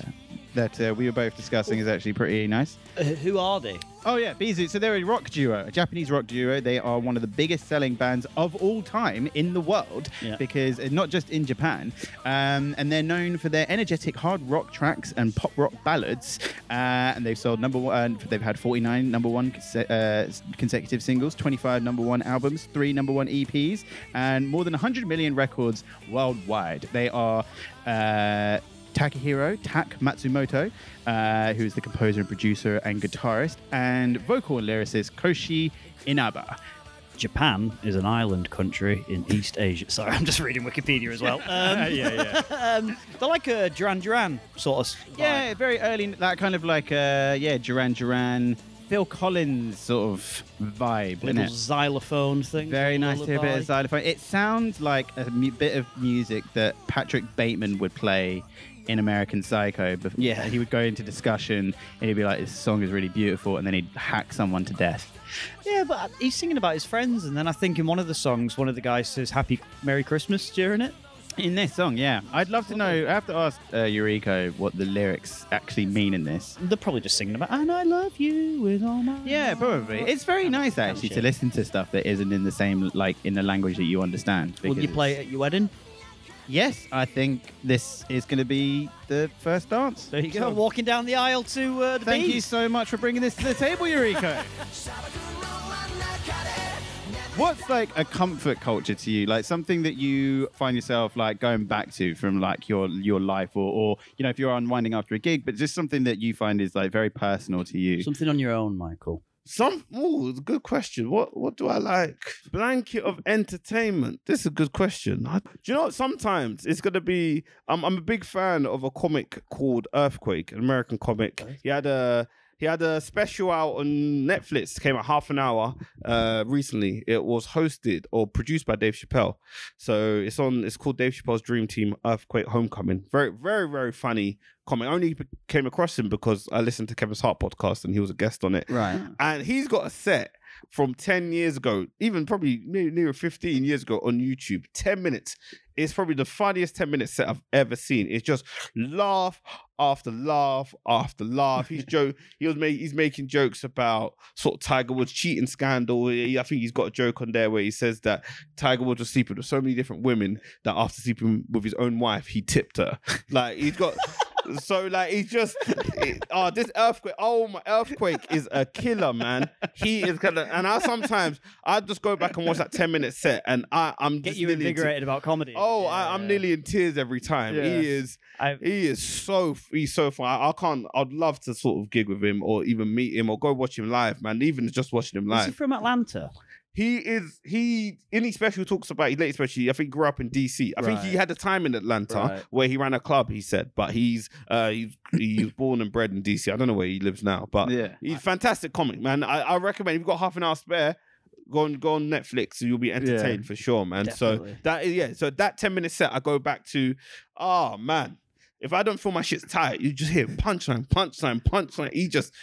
that uh, we were both discussing is actually pretty nice. Uh, Who are they? Oh yeah, Bizu. So they're a rock duo, a Japanese rock duo. They are one of the biggest selling bands of all time in the world Yeah. because and not just in Japan. Um, and they're known for their energetic hard rock tracks and pop rock ballads. Uh, and they've sold number one. They've had 49 number one conse- uh, consecutive singles, 25 number one albums, three number one EPs, and more than 100 million records worldwide. They are. Uh, Takahiro Tak Matsumoto, uh, who is the composer and producer and guitarist, and vocal and lyricist Koshi Inaba. Japan is an island country in East Asia. Sorry, I'm just reading Wikipedia as well. Um, yeah, yeah. um, they're like a Duran Duran sort of. vibe. yeah, very early, that kind of like, uh, yeah, Duran Duran, Phil Collins sort of vibe. little innit? xylophone thing. Very nice to hear a bit of xylophone. It sounds like a mu- bit of music that Patrick Bateman would play in American Psycho. But Yeah. he would go into discussion and he'd be like, "This song is really beautiful," and then he'd hack someone to death. Yeah, but he's singing about his friends, and then I think in one of the songs, one of the guys says "Happy Merry Christmas" during it. In this song, yeah, I'd love to know. I have to ask uh, Eureka what the lyrics actually mean in this. They're probably just singing about "And I love you with all my." Yeah, probably. It's very nice actually to listen to stuff that isn't in the same like in the language that you understand. Will you because play it it's- at your wedding? Yes, I think this is going to be the first dance. There you go. Walking down the aisle to uh, the Thank you bees. so much for bringing this to the table, Eureka. What's like a comfort culture to you? Like something that you find yourself like going back to from like your your life, or or you know if you're unwinding after a gig, but just something that you find is like very personal to you. Something on your own, Michael. Some ooh, it's a good question. What what do I like? Blanket of entertainment. This is a good question. I- do you know what? Sometimes it's gonna be. I'm I'm a big fan of a comic called Earthquake, an American comic. He had a he had a special out on Netflix. Came out half an hour uh, recently. It was hosted or produced by Dave Chappelle. So it's on. It's called Dave Chappelle's Dream Team Earthquake Homecoming. Very very very funny comic. I only came across him because I listened to Kevin's Heart podcast and he was a guest on it Right. and he's got a set from 10 years ago even probably near, near 15 years ago on youtube 10 minutes it's probably the funniest 10 minute set i've ever seen it's just laugh after laugh after laugh he's joke he was make, he's making jokes about sort of tiger woods cheating scandal He- i think he's got a joke on there where he says that tiger woods was sleeping with so many different women that after sleeping with his own wife he tipped her like he's got so like he's just it- oh this earthquake oh my earthquake is a killer man he is gonna and I sometimes I just go back and watch that ten minute set and I I'm Get just you nearly in te- invigorated about comedy. oh Yeah, I, I'm yeah. nearly in tears every time Yeah. he is I- he is so he's so fun I, I can't I'd love to sort of gig with him or even meet him or go watch him live man even just watching him Is live he from Atlanta? he is he in his special talks about his latest special. I think grew up in DC. I think he Right. had a time in Atlanta Right. where he ran a club. He said, but he's uh he's he was born and bred in DC. I don't know where he lives now, but Yeah. he's a fantastic comic man. I, I recommend if you've got half an hour spare, go on go on Netflix. You'll be entertained for sure, man. Definitely. So that is yeah. So that ten minute set, I go back to, oh man. If I don't feel my shit's tight, you just hear punchline, punchline, punchline. He just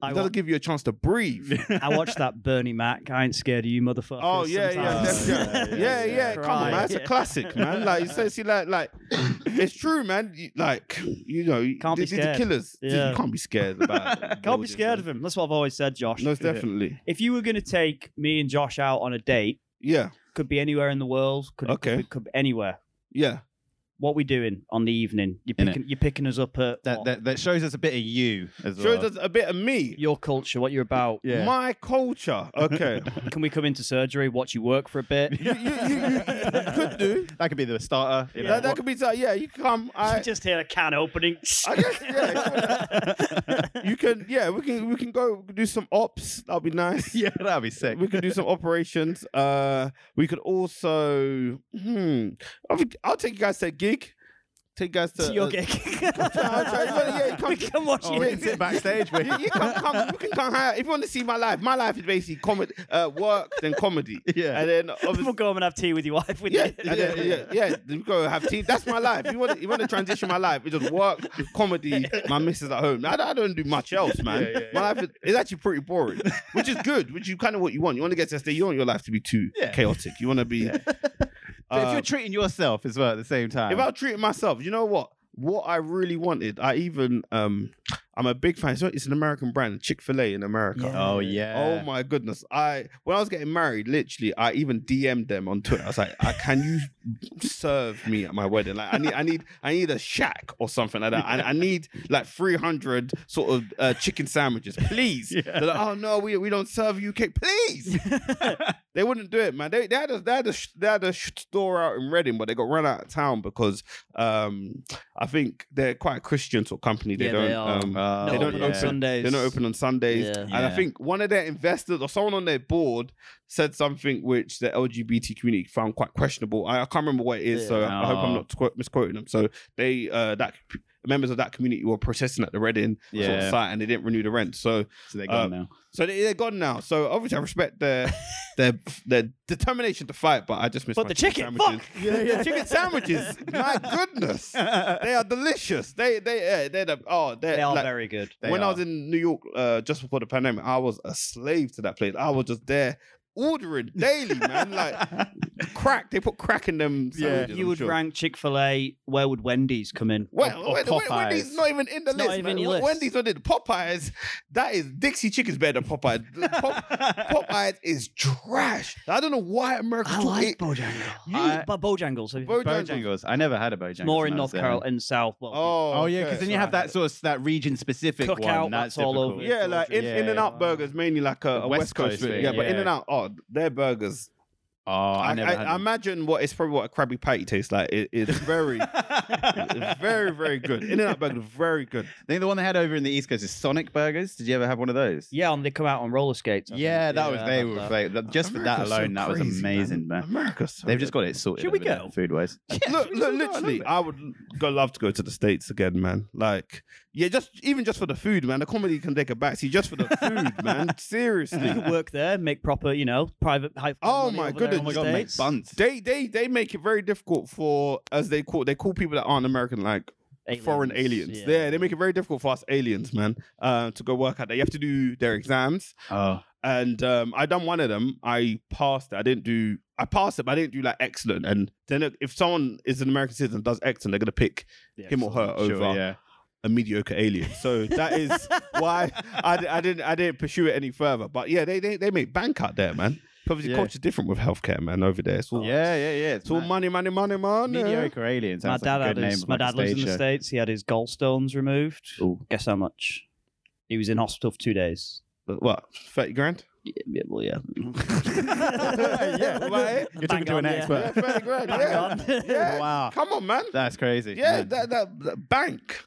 I he doesn't wa- give you a chance to breathe. I watched that Bernie Mac. I ain't scared of you, motherfucker. Oh yeah, yeah, sometimes. def- yeah, Oh, yeah, yeah, yeah, yeah, yeah. Come on, man, it's a Right. classic, man. Like, you say, see, like, like, it's true, man. You- Like, you know, you- Can't be these are scared. killers. These- Yeah. You can't be scared about. Can't be scared of him. That's what I've always said, Josh. No, it's definitely. If you were going to take me and Josh out on a date, Yeah, could be anywhere in the world, could, Okay. could, could be anywhere. yeah. What we doing on the evening? You're Innit? picking, you're picking us up at That, what? that that shows us a bit of you as well. Shows us a bit of me, your culture, what you're about. Yeah. my culture. Okay, Can we come into surgery, watch you work for a bit? you, you, you, you, you could do. that could be the starter. You know, That, that what- could be. so- Yeah, you can come. I, just hear a can opening. I guess. Yeah, you can. Yeah, we can. We can go do some ops. That'll be nice. yeah, that'd be sick. we could do some operations. Uh, we could also. Hmm, I think- I'll take you guys to a gig. Take you guys to. to your uh, gig. yeah, you come- we can watch Oh, you. we can sit backstage with You, you come, come, you can come hang out. If you want to see my life, my life is basically comedy, uh, work, then comedy, Yeah. and then We'll obviously. go home and have tea with your wife. With Yeah, you. and then, yeah, yeah. You go have tea. That's my life. You want to, you want to transition my life? It's just work, comedy. My missus at home. I, don't- I don't do much else, man. Yeah, yeah, my life is it's actually pretty boring, which is good. Which is kind of what you want. You want to get to a state. You don't want your life to be too Yeah. chaotic. You want to be. But if uh, you're treating yourself as well at the same time, if I treated myself, you know what? What I really wanted, I even um, I'm a big fan. So it's an American brand, Chick Fil A in America. Yeah. oh yeah, Oh my goodness! I when I was getting married, literally, I even DM'd them on Twitter. I was like, I, "Can you serve me at my wedding? Like, I need, I need, I need a shack or something like that. I, I need like 300 sort of uh, chicken sandwiches, please." Yeah. They're like, "Oh no, we, we don't serve UK, please." They wouldn't do it, man. They, they had a they had a, sh- they had a sh- store out in Reading, but they got run out of town because um I think they're quite a Christian sort of company. They Yeah, don't they are. um Oh, Not they don't open on open Sundays. They're not open on Sundays. Yeah. And Yeah. I think one of their investors or someone on their board said something which the LGBT community found quite questionable. I, I can't remember what it is, so I, I hope Oh. I'm not tqu- misquoting them. So they uh that members of that community were protesting at the Reading sort Yeah. of site and they didn't renew the rent. So so they're gone now. so they, they're gone now. So obviously, I respect their their their determination to fight, but I just miss. But my the chicken, sandwiches. fuck! Yeah, yeah, chicken sandwiches. My goodness, they are delicious. They they uh, they're the, oh they're, They are like, very good. They when I are. was in New York uh, just before the pandemic, I was a slave to that place. I was just there ordering daily, man. Like crack, they put crack in them. Yeah. Sandwiches, you I'm would sure. rank Chick Fil A. Where would Wendy's come in? or- Well, or Wen- Wen- Wendy's Popeyes. not even in the It's not list. even man. in your Wen- list. Wendy's not in the Popeyes. That is Dixie Chicken's better than Popeyes. Pop- Popeyes is trash. I don't know why America I took like it. Bojangles. You- I- but Bojangles. have you- Bojangles. Bojangles. I never had a Bojangles. More in when I was North there. Carolina and South. Well, Oh yeah, because okay. then you have that sort of that region specific Cookout, one. that's That's, all difficult. over. Yeah, like in, Yeah, in and out burgers mainly like a, a West West Coast Coast thing. thing, Yeah, but yeah. in and out, oh, their burgers Oh, I, I, never I- had I them. imagine what it's probably what a Krabby Patty tastes like. It- it's very, very, very good. In and out burger, very good. I think the one they had over in the East Coast is Sonic Burgers. Did you ever have one of those? Yeah, and they come out on roller skates. I think. Yeah, that was I they had were that. fla- that- just for that America's so alone. that was crazy, amazing, man. America's so They've good. just got it sorted. Should we over there, go? food wise? look, look, literally, I would go love to go to the states again, man. Like, yeah, just even just for the food, man. The comedy can take a backseat just for the food, man. You Seriously, could work there, make proper, you know, private. high- Oh money my over there on goodness. Oh my the God, mate, States. buns. they they they make it very difficult for as they call they call people that aren't American like foreign aliens. Yeah. they make it very difficult for us aliens, man, uh, to go work out there. You have to do their exams, Oh, and um, I done one of them. I passed it. I didn't do. I passed it, but I didn't do like excellent. And then if someone is an American citizen and does excellent, they're gonna pick him or her over sure, yeah. a mediocre alien. So that is why I, di- I didn't I didn't pursue it any further. But yeah, they they, they make bank out there, man. Obviously, Yeah. culture's different with healthcare, man. Over there, it's all yeah, yeah, yeah. it's all money, money, money, money. mediocre aliens. My Sounds dad, like a had good name his, of my like a dad lives in stage the show. States. He had his gallstones removed. Ooh. Guess how much? He was in hospital for two days. But What thirty grand? Yeah, yeah, well, yeah. Yeah, right. eh? You're talking to an Bang on, yeah. expert. Yeah, thirty grand. Bang yeah. on. Yeah. Wow, Come on, man. that's crazy. Yeah, that, that, that bank.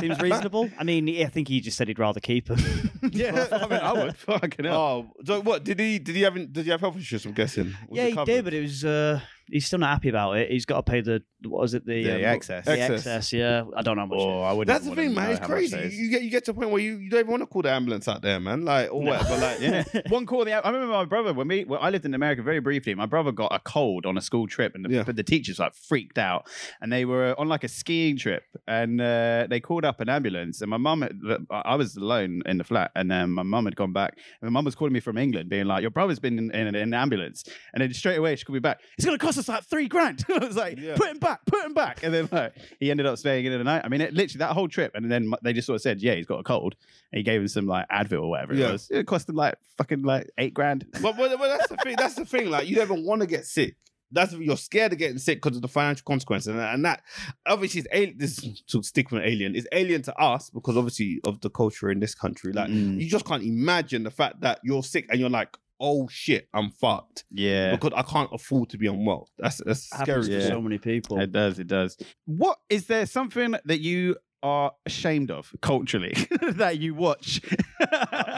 Seems reasonable. I mean, I think he just said he'd rather keep him. yeah. I mean, I would fucking hell. Oh, so what did he? Did he have? Did he have health insurance? I'm guessing. Was yeah, it he did, covered? but it was. Uh, he's still not happy about it. He's got to pay the what is it? The, The um, excess. The Excess. excess. Yeah, I don't know how much. Oh, I would. That's the thing, man. It's crazy. You get you get to a point where you, you don't even want to call the ambulance out there, man. Like or No. whatever. Like yeah. One call. The, I remember my brother when we well, I lived in America very briefly. My brother got a cold on a school trip, and the, Yeah. but the teachers like freaked out, and they were on like a skiing trip, and uh, they called up an ambulance. And my mum, had- I I was alone in the flat, and um, my mum had gone back. And my mum was calling me from England, being like, "Your brother's been in, in, an ambulance," and then straight away she called me back. It's going to cost us like three grand. I was like, Yeah. "Put him back, put him back," and then like he ended up staying in the night. I mean, it, literally that whole trip, and then they just sort of said, "Yeah, he's got a cold." and he gave him some like Advil or whatever Yeah. it was. It cost him like fucking like eight grand. but, but, but that's the thing. That's the thing. Like you don't even want to get sick. That's you're scared of getting sick because of the financial consequences, and, and that obviously is al- this is to stick with alien is alien to us because obviously of the culture in this country. Like Mm. you just can't imagine the fact that you're sick and you're like, oh shit, I'm fucked yeah, because I can't afford to be unwell. That's that's happens scary. to Yeah. so many people. it does. It does. What is there something that you are ashamed of culturally that you watch?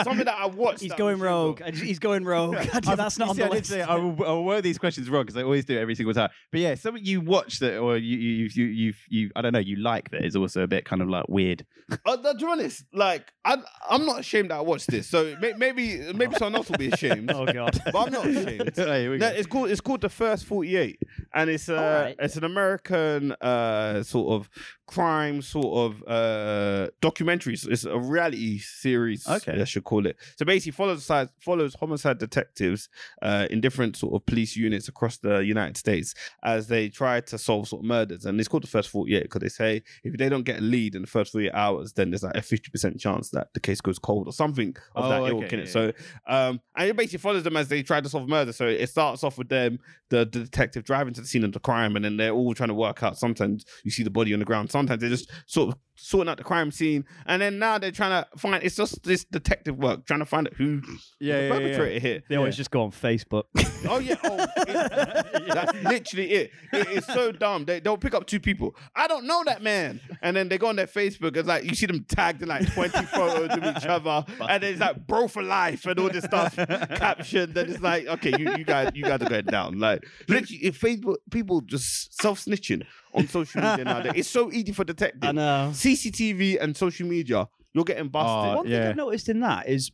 Something that I watched. He's that going was- rogue. I just- He's going rogue. I did- I've- That's you not on see, the I did list. say I will, I will word these questions wrong because I always do it every single time. But yeah, something you watch that, or you, you, you, you, you, I don't know, you like that is also a bit kind of like weird. Uh, to be honest, like I, I'm not ashamed that I watched this. So may, maybe maybe someone else will be ashamed, Oh god. but I'm not ashamed. Hey, we No, go. it's called it's called the First Forty Eight, and it's uh Alright. it's an American uh sort of crime sort of uh documentary. So It's a reality series. Okay. I should call it. So basically, follows si- follows homicide detectives uh in different sort of police units across the United States as they try to solve sort of murders. And it's called the First Forty Eight because they say if they don't get a lead in the first forty eight hours, then there's like a fifty percent chance that the case goes cold or something of Oh, that okay, ilk in it. yeah, So um, and it basically follows them as they try to solve murder. So it starts off with them, the, the detective driving to the scene of the crime, and then they're all trying to work out. Sometimes you see the body on the ground. Sometimes they're just sort of sorting out the crime scene. And then now they're trying to find. It's just this detective work trying to find out who yeah, the yeah, yeah, yeah. perpetrator here. They always just go on Facebook. Oh yeah, oh, it- that's literally it. It is so dumb. They they'll pick up two people. I don't know that man, and then they go on their Facebook. It's like you see them tagged in like twenty photos of each other, and it's like bro for life and all this stuff captioned. And it's like okay, you you guys you guys are going down. Like literally, if Facebook people just self snitching on social media nowadays, it's so easy for detectives. I know. CCTV and social media, you're getting busted. Oh, One thing yeah. I've noticed in that is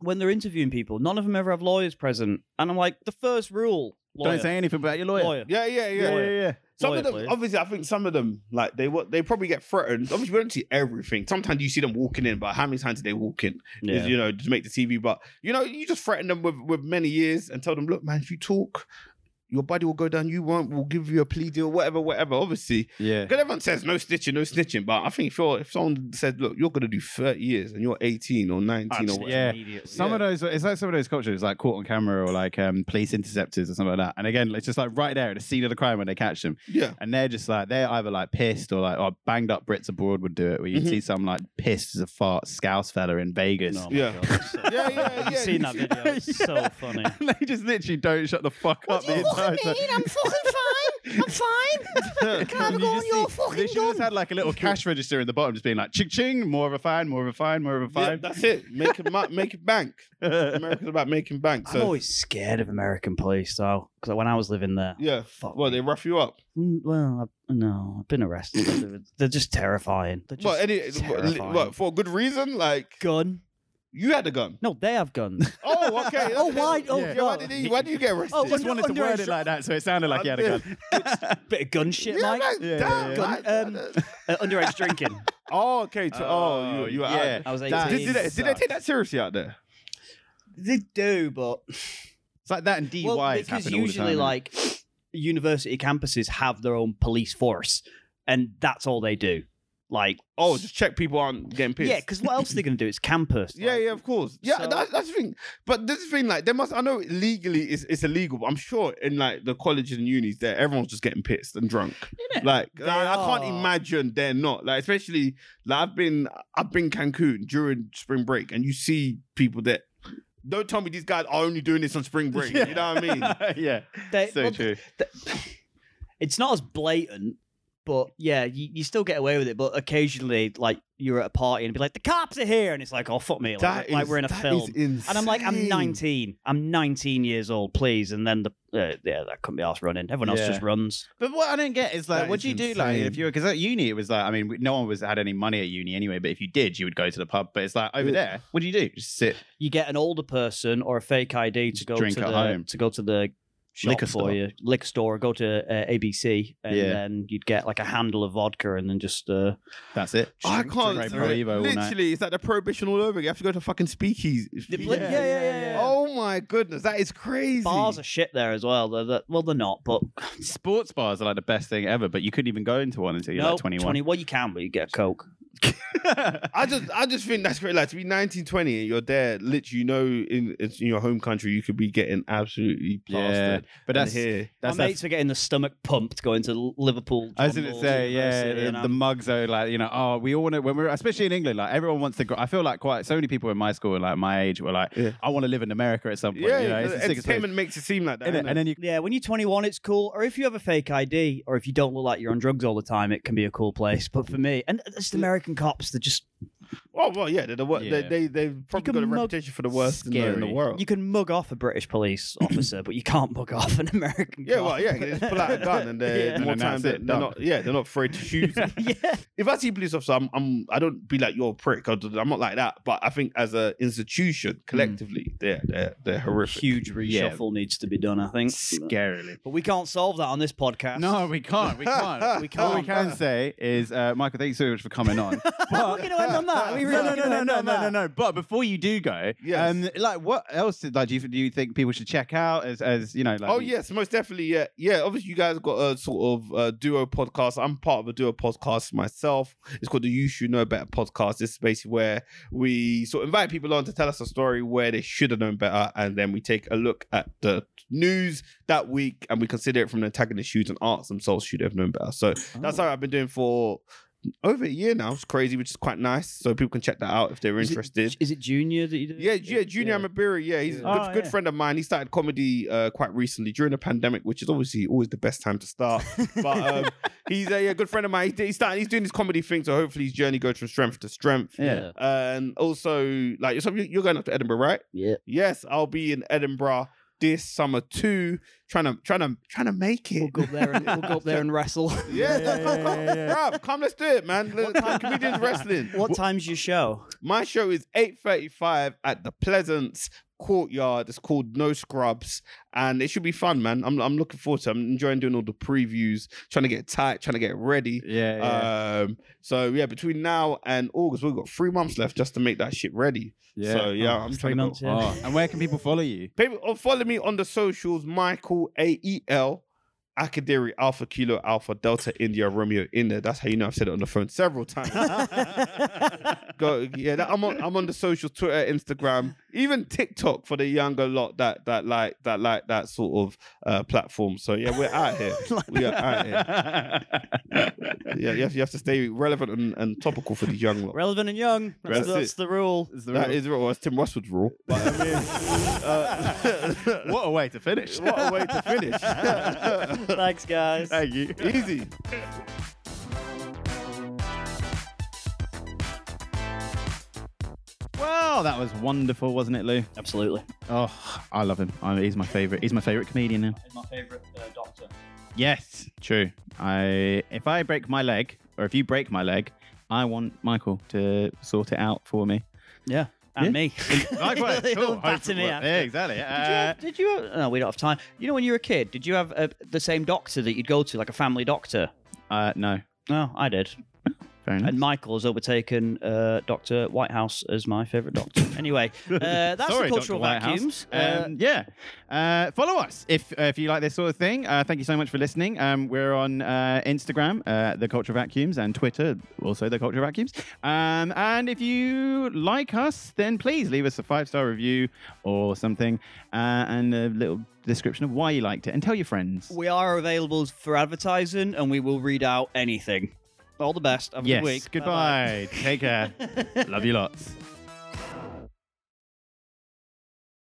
when they're interviewing people, none of them ever have lawyers present, and I'm like, the first rule. Lawyer, Don't say anything about your lawyer. lawyer. yeah, yeah, yeah. Yeah, yeah, yeah. Some Lawyer, of them, please. obviously, I think some of them, like they wa- they probably get threatened. Obviously, we don't see everything. Sometimes you see them walking in, but how many times do they walk in? Is, You know, to make the TV. But you know, you just threaten them with with many years and tell them, look, man, if you talk, your body will go down. You won't. We'll give you a plea deal, whatever, whatever. Obviously, Yeah. because everyone says no snitching, no snitching. But I think if you're, if someone said, look, you're gonna do 30 years and you're 18 or 19 or whatever, Yeah. immediately. Some of those, it's like some of those cultures, like caught on camera or like um, police interceptors or something like that. And again, it's just like right there at the scene of the crime when they catch them, yeah, and they're just like they're either like pissed or like oh, banged up Brits abroad would do it. Where you would Mhm. Mm-hmm. see some like pissed as a fart scouse fella in Vegas. Oh my Yeah. God, it's so- Yeah, yeah, You've yeah, seen you that see- video. It's so funny. And they just literally don't shut the fuck up. the entire time. I'm fucking fine. I'm fine. Can I have a And go you on just your see- fucking They should gun? just had like a little cash register in the bottom, just being like, ching ching, more of a fine, more of a fine, more of a yeah, fine. that's it. Make it, ma- make it bank. America's about making bank. I'm So always scared of American police, though, because when I was living there, yeah, fuck. well, they rough you up. Mm, well, I, no, I've been arrested. They were- They're just terrifying. They're just Well, any terrifying. what, what, for a good reason, like gun? you had a gun. No, they have guns. Oh, okay. Oh, why- oh, yeah, why did he? Why did you get arrested? Oh, just under- wanted to under word a it like that, so it sounded like he had a gun. Bit of gun shit, yeah, Mike. like, Yeah, damn, yeah, yeah. like- Gun, Uh, underage drinking. oh, okay. To, oh, Oh, you, you were yeah. out. I was 18. That- Did, did, they, did they take that seriously out there? They do, but It's like that and DUIs well, happen all because the usually, time. eh? like university campuses have their own police force, and that's all they do. Like, Oh, just check people aren't getting pissed. yeah, because what else are they going to do? It's campus. Yeah, like- yeah, of course. Yeah, So- that's, that's the thing. But this thing, like, there must. I know legally it's, it's illegal, but I'm sure in like the colleges and unis, there everyone's just getting pissed and drunk. Like, They I, I can't are. imagine they're not. Like, especially like I've been I've been Cancun during spring break, and you see people that don't tell me these guys are only doing this on spring break. You know what I mean? yeah, They- so well, true. it's not as blatant, but yeah, you, you still get away with it. But occasionally, like you're at a party and be like, "The cops are here," and it's like, "Oh fuck me!" Like, That like is- we're in a that is film, and I'm like, "I'm insane. 19. I'm 19 years old, please." And then the uh, yeah, that couldn't be asked running. Everyone else Yeah. just runs. But what I don't get is like, That what is do you do like if insane. you were because at uni it was like, I mean, we- no one was had any money at uni anyway. But if you did, you would go to the pub. But it's like over Yeah. there, what do you do? Just sit. You get an older person or a fake ID to Just go drink to at the home. to go to the shop Liquor for store. you, liquor store. Go to uh, ABC, and Yeah. then you'd get like a handle of vodka, and then just uh, That's it. I Drink, can't. drink, do Pro it. Evo all night. Literally, it's like the prohibition all over. again. You have to go to fucking speakeasy. yeah, yeah, yeah, yeah. Oh my goodness, that is crazy. bars are shit there as well. They're, they're- well, they're not, but Sports bars are like the best thing ever, but you couldn't even go into one until you're no, like 21. 20 well, you can, but you get Coke. I just, I just think that's great. Like to be 19, 20, and you're there. Literally, you know, in it's in your home country, you could be getting absolutely yeah, plastered. but that's And here. that's My that mates were getting the stomach pumped going to Liverpool. I was John gonna Laws say, yeah, University, the, and the I'm- mugs are like, you know, oh, we all know when we're, especially in England, like everyone wants to. Grow, I feel like quite so many people in my school, and like my age, were like, Yeah. I want to live in America at some point. Yeah, you know, it's because the sickest place, entertainment makes it seem like that. innit? innit? And then you, yeah, when you're 21, it's cool. Or if you have a fake ID, or if you don't look like you're on drugs all the time, it can be a cool place. But for me, and it's the American cops, they're just oh well, yeah, they're the wor- Yeah. They, they they've probably can got a mug reputation for the worst in the, in the scary. world. you can mug off a British police officer, but you can't mug off an American. yeah, cop. well, yeah, they just pull out a gun and they're Yeah. And more then that's times they're, it, they're done. not. Yeah, they're not afraid to shoot. yeah. if I see a police officer, I'm, I'm I don't be like you're a prick. I don't- I'm not like that. But I think as a Hmm. institution, collectively, they're they're they're horrific. Huge reshuffle needs to be done, I think. scarily. But we can't solve that on this podcast. No, we can't. We can't. We All we can't. can say is, uh, Michael, thank you so much for coming on. we're going to end on that. Are we no, really no, no, gonna no, end no, on no, that? no, no. But before you do go, Yes. um, like, what else did like do you do you think people should check out as as you know? Like, Oh yes, most definitely. Yeah, yeah. Obviously, you guys got a sort of uh, duo podcast. I'm part of a duo podcast myself. It's called the You Should Know Better podcast. This is basically where we sort of invite people on to tell us a story where they should have known better, and then we take a look at the news that week and we consider it from the antagonist shoes and arts themselves should have known better. So that's Oh. how I've been doing for over a year now. It's crazy, which is quite nice. So people can check that out if they're Is it- interested. Is it Junior that you do? Yeah, yeah, Junior Amabiri. Yeah, he's a good, Yeah. Oh, good yeah. friend of mine. He started comedy uh, quite recently during the pandemic, which is obviously always the best time to start. but um, he's a yeah, good friend of mine. He, did- he started, he's doing this comedy thing, so hopefully his journey goes from strength to strength. Yeah. And also, like, yourself, you- you're going up to Edinburgh, right? Yeah. Yes, I'll be in Edinburgh this summer too, trying to trying to trying to make We'll it. go up there and we'll go up there and wrestle. Yeah, Yeah, yeah, yeah, yeah, yeah. Bruv, come, let's do it, man. Let's, comedians wrestling. What time's your show? My show is 8.35 at the Pleasance courtyard. It's called No Scrubs, and it should be fun, man. I'm I'm looking forward to. It. I'm enjoying doing all the previews, trying to get tight, trying to get ready. Yeah, yeah. Um, so yeah, between now and August, we've got three months left just to make that shit ready. yeah. So yeah, I'm three trying to go months, yeah. Oh, and where can people follow you? Baby, oh, follow me on the socials, Michael A E L Akadiri Alpha Kilo Alpha Delta India Romeo in there. That's how you know I've said it on the phone several times. Go, yeah, that, I'm on. I'm on the socials, Twitter, Instagram, even TikTok for the younger lot that that like that like that sort of uh, platform. So yeah, we're out here. we are out here. Yeah, you have, you have to stay relevant and, and topical for the young lot. Relevant and young. That's, That's it. that's the rule. That is well, that's Tim Westwood's rule. But I mean, uh, what a way to finish. what a way to finish. Thanks, guys. Thank you. Easy. Well, that was wonderful, wasn't it, Lou? Absolutely. Oh, I love him. I, he's my favorite. He's my favorite comedian now. He's my favourite uh, doctor. Yes, true. I if I break my leg, or if you break my leg, I want Michael to sort it out for me. Yeah. And Yeah. me. Likewise, He'll cool. batter me Hopefully- after. Yeah, exactly. Uh, did you? Did you? No, we don't have time. You know, when you were a kid, did you have uh, the same doctor that you'd go to, like a family doctor? uh, no, No, I did. fair enough. And Michael has overtaken uh, Doctor Whitehouse as my favourite doctor. anyway, uh, that's Sorry, the cultural Dr. Whitehouse. vacuums. Uh, Um, yeah. Uh, follow us if uh, if you like this sort of thing. Uh, thank you so much for listening. Um, we're on uh, Instagram, uh, The Culture Vacuums, and Twitter, also The Culture Vacuums. Um, and if you like us, then please leave us a five star review or something uh, and a little description of why you liked it and tell your friends. we are available for advertising, and we will read out anything. All the best. Have a yes. good week. Bye-bye. Goodbye. Take care. Love you lots.